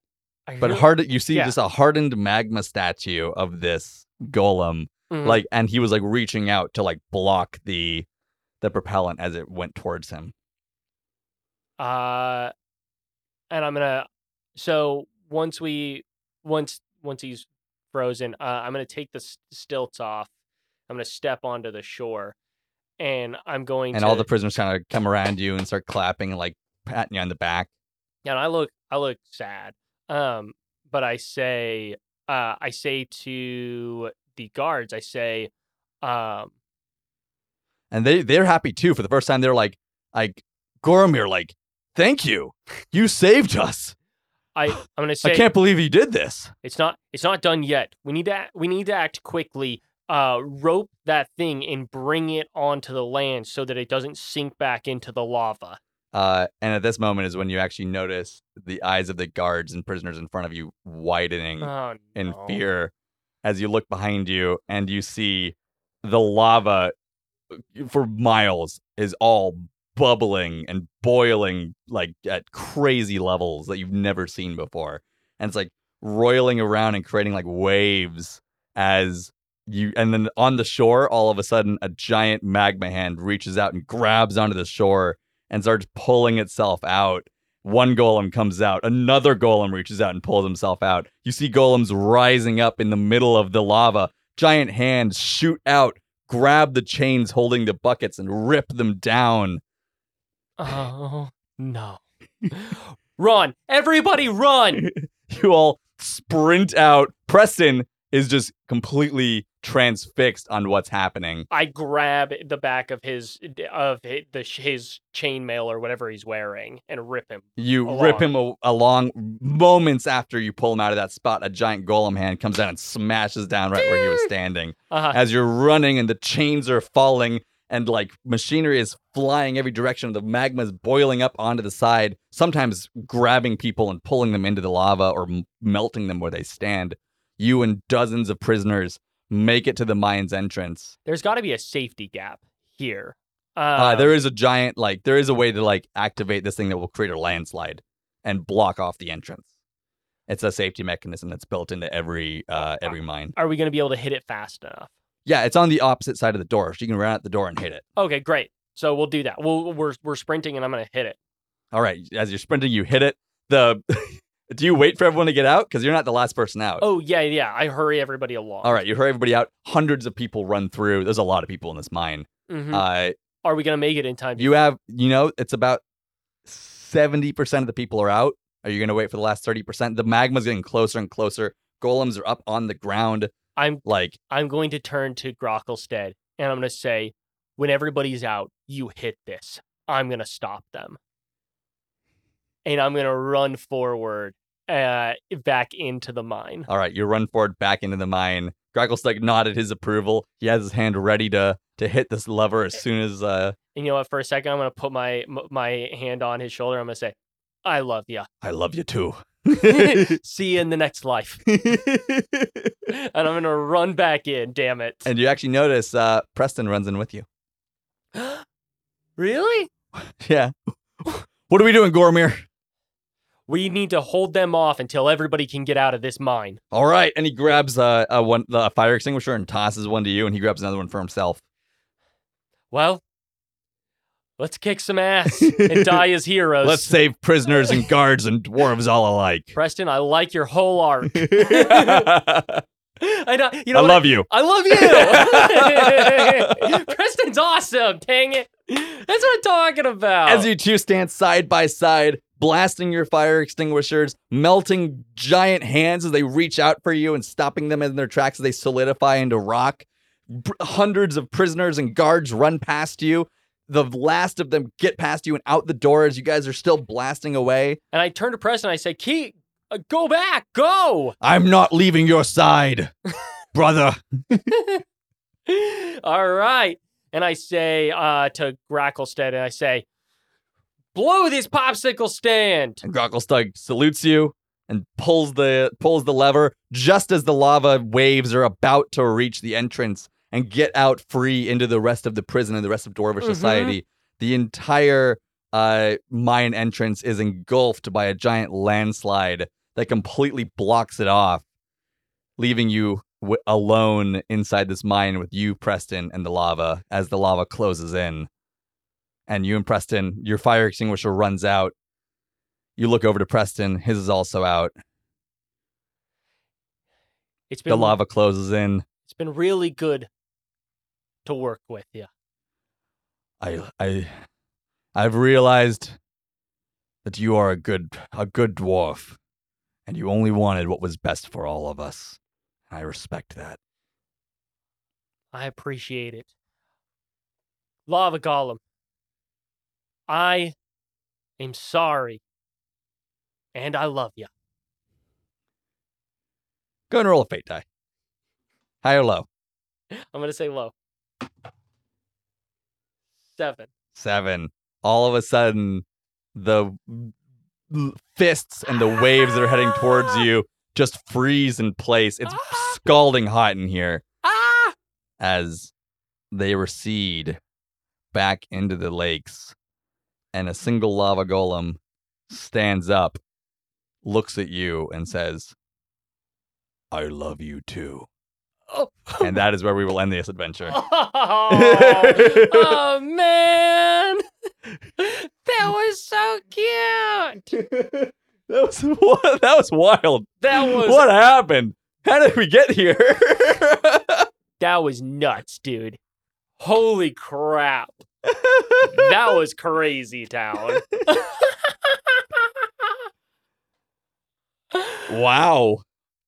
Speaker 1: But
Speaker 2: really-
Speaker 1: hard, you see
Speaker 2: Yeah.
Speaker 1: just a hardened magma statue of this golem,
Speaker 2: Mhm.
Speaker 1: like, and he was like reaching out to like block the the propellant as it went towards him.
Speaker 2: uh, and I'm gonna. So once we once once he's frozen, uh, I'm gonna take the s- stilts off. I'm gonna step onto the shore, and I'm going
Speaker 1: And
Speaker 2: to
Speaker 1: all the prisoners kind of come around you and start clapping and like patting you on the back.
Speaker 2: and I look I look sad. Um, but I say uh I say to the guards, I say, um,
Speaker 1: And they they're happy too. For the first time, they're like, like Goromir, like, thank you, you saved us.
Speaker 2: I I'm gonna say
Speaker 1: I can't believe you did this.
Speaker 2: it's not it's not done yet. We need to act, we need to act quickly. Uh, rope that thing and bring it onto the land so that it doesn't sink back into the lava.
Speaker 1: Uh, and at this moment is when you actually notice the eyes of the guards and prisoners in front of you widening.
Speaker 2: Oh,
Speaker 1: in
Speaker 2: no.
Speaker 1: fear as you look behind you and you see the lava uh, for miles is all bubbling and boiling like at crazy levels that you've never seen before and it's like roiling around and creating like waves as you and then on the shore all of a sudden a giant magma hand reaches out and grabs onto the shore and starts pulling itself out one golem comes out, another golem reaches out and pulls himself out. You see golems rising up in the middle of the lava. Giant hands shoot out, grab the chains holding the buckets, and rip them down.
Speaker 2: Oh no. run, everybody, run!
Speaker 1: You all sprint out. Preston is just completely transfixed on what's happening.
Speaker 2: I grab the back of his of hi- the sh- his chainmail or whatever he's wearing and rip him.
Speaker 1: You
Speaker 2: Along.
Speaker 1: rip him a- along moments after you pull him out of that spot. A giant golem hand comes out and smashes down right where he was standing.
Speaker 2: Uh,
Speaker 1: as you're running and the chains are falling and like machinery is flying every direction the magma's boiling up onto the side sometimes grabbing people and pulling them into the lava or m- melting them where they stand you and dozens of prisoners make it to the mine's entrance
Speaker 2: there's got to be a safety gap here. Uh,
Speaker 1: uh, there is a giant like there is a way to like activate this thing that will create a landslide and block off the entrance it's a safety mechanism that's built into every uh, every mine
Speaker 2: are we going to be able to hit it fast enough?
Speaker 1: yeah it's on the opposite side of the door so you can run out the door and hit it
Speaker 2: Okay, great. So we'll do that. We'll, we're we're sprinting and I'm going to hit it.
Speaker 1: All right, as you're sprinting, you hit it. The do you wait for everyone to get out because you're not the last person out?
Speaker 2: Oh yeah, yeah. I hurry everybody along.
Speaker 1: All right, you hurry everybody out. Hundreds of people run through. There's a lot of people in this mine.
Speaker 2: Mhm.
Speaker 1: Uh,
Speaker 2: are we going to make it in time?
Speaker 1: you have, you know, it's about seventy percent of the people are out. Are you going to wait for the last thirty percent? The magma's getting closer and closer. Golems are up on the ground.
Speaker 2: I'm
Speaker 1: Like
Speaker 2: I'm going to turn to Grockelstead and I'm going to say, when everybody's out, you hit this. I'm going to stop them. And I'm going to run forward uh, back into the mine.
Speaker 1: All right, you run forward back into the mine. Gracklestuck nodded his approval. He has his hand ready to to hit this lever as soon as uh,
Speaker 2: And you know what? For a second, I'm going to put my m- my hand on his shoulder. I'm going to say, I love you.
Speaker 1: I love you too.
Speaker 2: See you in the next life. And I'm going to run back in, damn it.
Speaker 1: And you actually notice uh, Preston runs in with you.
Speaker 2: really?
Speaker 1: Yeah. what are we doing, Gormir?
Speaker 2: We need to hold them off until everybody can get out of this mine.
Speaker 1: All right. And he grabs uh, a one, the fire extinguisher and tosses one to you, and he grabs another one for himself.
Speaker 2: Well, let's kick some ass and die as heroes.
Speaker 1: Let's save prisoners and guards and dwarves all alike.
Speaker 2: Preston, I like your whole arc.
Speaker 1: I
Speaker 2: I know, you know what?
Speaker 1: love you.
Speaker 2: I love you. Preston's awesome. Dang it. That's what I'm talking about.
Speaker 1: As you two stand side by side, blasting your fire extinguishers, melting giant hands as they reach out for you and stopping them in their tracks as they solidify into rock, pr- hundreds of prisoners and guards run past you. The last of them get past you and out the door as you guys are still blasting away.
Speaker 2: And I turned to Preston and I said, Key, uh, go back, go.
Speaker 1: I'm not leaving your side, brother.
Speaker 2: All right. And I say uh, to Gracklestead, and I say, blow this popsicle stand.
Speaker 1: And Grocklestug salutes you and pulls the pulls the lever just as the lava waves are about to reach the entrance and get out free into the rest of the prison and the rest of Dwarvish
Speaker 2: Mhm.
Speaker 1: society. The entire uh, mine entrance is engulfed by a giant landslide that completely blocks it off, leaving you w- alone inside this mine with you, Preston, and the lava as the lava closes in. And you and Preston, your fire extinguisher runs out. You look over to Preston, his is also out.
Speaker 2: It's been
Speaker 1: The lava closes in.
Speaker 2: It's been really good to work with you.
Speaker 1: I I I've realized that you are a good a good dwarf and you only wanted what was best for all of us. And I respect that.
Speaker 2: I appreciate it. Lava Golem, I am sorry, and I love you.
Speaker 1: Go and roll a fate die. High or low?
Speaker 2: I'm gonna say low. Seven.
Speaker 1: Seven. All of a sudden the fists and the waves that are heading towards you just freeze in place. It's scalding hot in here.
Speaker 2: Ah!
Speaker 1: as they recede back into the lakes, and a single lava golem stands up, looks at you, and says, I love you too.
Speaker 2: Oh.
Speaker 1: And that is where we will end this adventure.
Speaker 2: Oh, oh, man, that was so cute.
Speaker 1: that was that was wild.
Speaker 2: That was
Speaker 1: What happened? How did we get here?
Speaker 2: that was nuts, dude. Holy crap. that was crazy town.
Speaker 1: wow.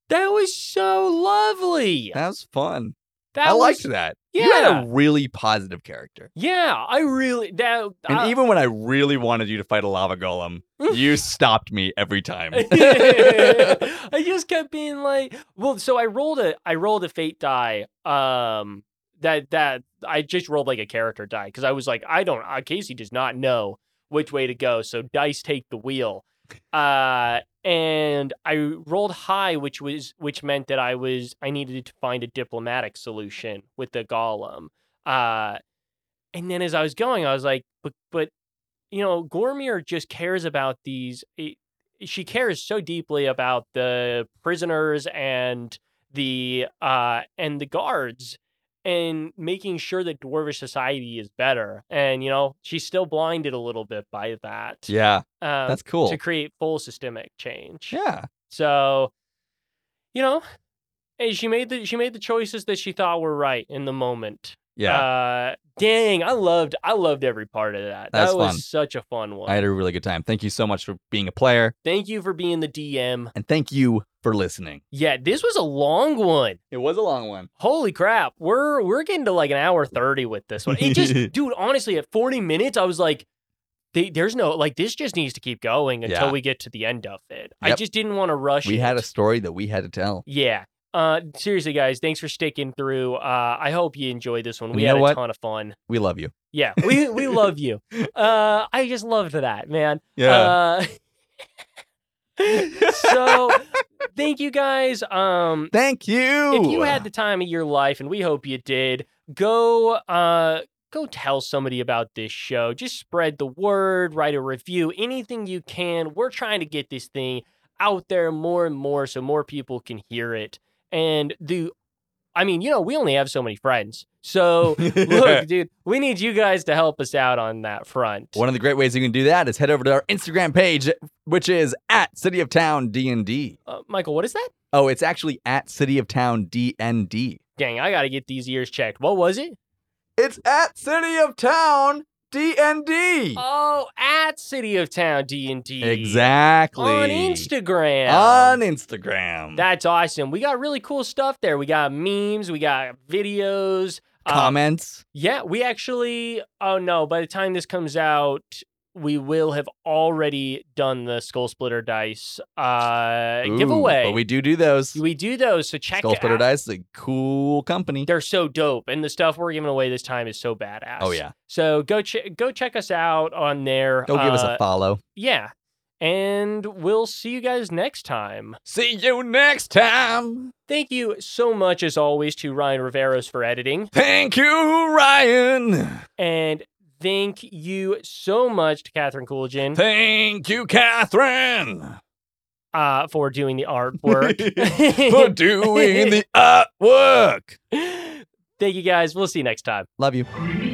Speaker 2: that was so lovely.
Speaker 1: That was fun.
Speaker 2: That
Speaker 1: I
Speaker 2: was,
Speaker 1: liked that.
Speaker 2: Yeah.
Speaker 1: You had a really positive character.
Speaker 2: yeah, I really that
Speaker 1: And
Speaker 2: I-
Speaker 1: even when I really wanted you to fight a lava golem, you stopped me every time.
Speaker 2: I just kept being like, well, so I rolled a I rolled a fate die. Um that that I just rolled like a character die because I was like, I don't uh, Casey does not know which way to go. So dice take the wheel. Uh and I rolled high, which was which meant that I was I needed to find a diplomatic solution with the golem. Uh and then as I was going, I was like, but but you know, Gormir just cares about these it- she cares so deeply about the prisoners and the uh and the guards and making sure that dwarvish society is better and you know she's still blinded a little bit by that
Speaker 1: yeah,
Speaker 2: um,
Speaker 1: that's cool.
Speaker 2: to create full systemic change
Speaker 1: Yeah,
Speaker 2: so you know and she made the she made the choices that she thought were right in the moment
Speaker 1: yeah.
Speaker 2: uh dang i loved i loved every part of that
Speaker 1: That's
Speaker 2: that was
Speaker 1: fun.
Speaker 2: such a fun one
Speaker 1: I had a really good time. Thank you so much for being a player,
Speaker 2: thank you for being the dm
Speaker 1: and thank you for listening.
Speaker 2: Yeah, this was a long one.
Speaker 1: It was a long one.
Speaker 2: Holy crap. We're we're getting to like an hour 30 with this one. It just dude, honestly at 40 minutes I was like they, there's no like this just needs to keep going until
Speaker 1: Yeah.
Speaker 2: we get to the end of it. I
Speaker 1: Yep.
Speaker 2: just didn't want to rush
Speaker 1: We
Speaker 2: it.
Speaker 1: had a story that we had to tell.
Speaker 2: Yeah. Uh seriously guys, thanks for sticking through. Uh I hope you enjoyed this one.
Speaker 1: And
Speaker 2: We
Speaker 1: you
Speaker 2: had
Speaker 1: know
Speaker 2: a
Speaker 1: what?
Speaker 2: ton of fun.
Speaker 1: We love you.
Speaker 2: Yeah, we we love you. Uh I just loved that, man. Uh, so thank you guys. Um
Speaker 1: thank you.
Speaker 2: if you had the time of your life and we hope you did go uh go tell somebody about this show just spread the word write a review anything you can we're trying to get this thing out there more and more so more people can hear it and the i mean you know we only have so many friends so look dude we need you guys to help us out on that front
Speaker 1: One of the great ways you can do that is head over to our Instagram page, which is at City of Town DND.
Speaker 2: uh, michael what is that
Speaker 1: Oh, it's actually at City of Town DND.
Speaker 2: dang i gotta get these ears checked what was it
Speaker 1: It's at City of Town D and D.
Speaker 2: Oh, at City of Town D and D.
Speaker 1: Exactly.
Speaker 2: On Instagram.
Speaker 1: On Instagram.
Speaker 2: That's awesome. We got really cool stuff there. We got memes. We got videos. uh,
Speaker 1: Comments.
Speaker 2: yeah, we actually. Oh no! By the time this comes out, we will have already done the Skull Splitter dice uh,
Speaker 1: Ooh,
Speaker 2: giveaway.
Speaker 1: But we do do those.
Speaker 2: we do those, so check
Speaker 1: Skull
Speaker 2: it
Speaker 1: Splitter
Speaker 2: out.
Speaker 1: Dice is a cool company.
Speaker 2: They're so dope, and the stuff we're giving away this time is so badass.
Speaker 1: Oh yeah.
Speaker 2: So go check go check us out on there.
Speaker 1: Go give us
Speaker 2: Uh,
Speaker 1: a follow.
Speaker 2: yeah. And we'll see you guys next time.
Speaker 1: See you next time.
Speaker 2: Thank you so much, as always, to Ryan Riveros for editing.
Speaker 1: Thank you, Ryan.
Speaker 2: And thank you so much to Catherine Coolidge
Speaker 1: Thank you, Catherine,
Speaker 2: uh, for doing the artwork.
Speaker 1: for doing the artwork.
Speaker 2: thank you guys. We'll see you next time.
Speaker 1: Love you.
Speaker 3: Thank you.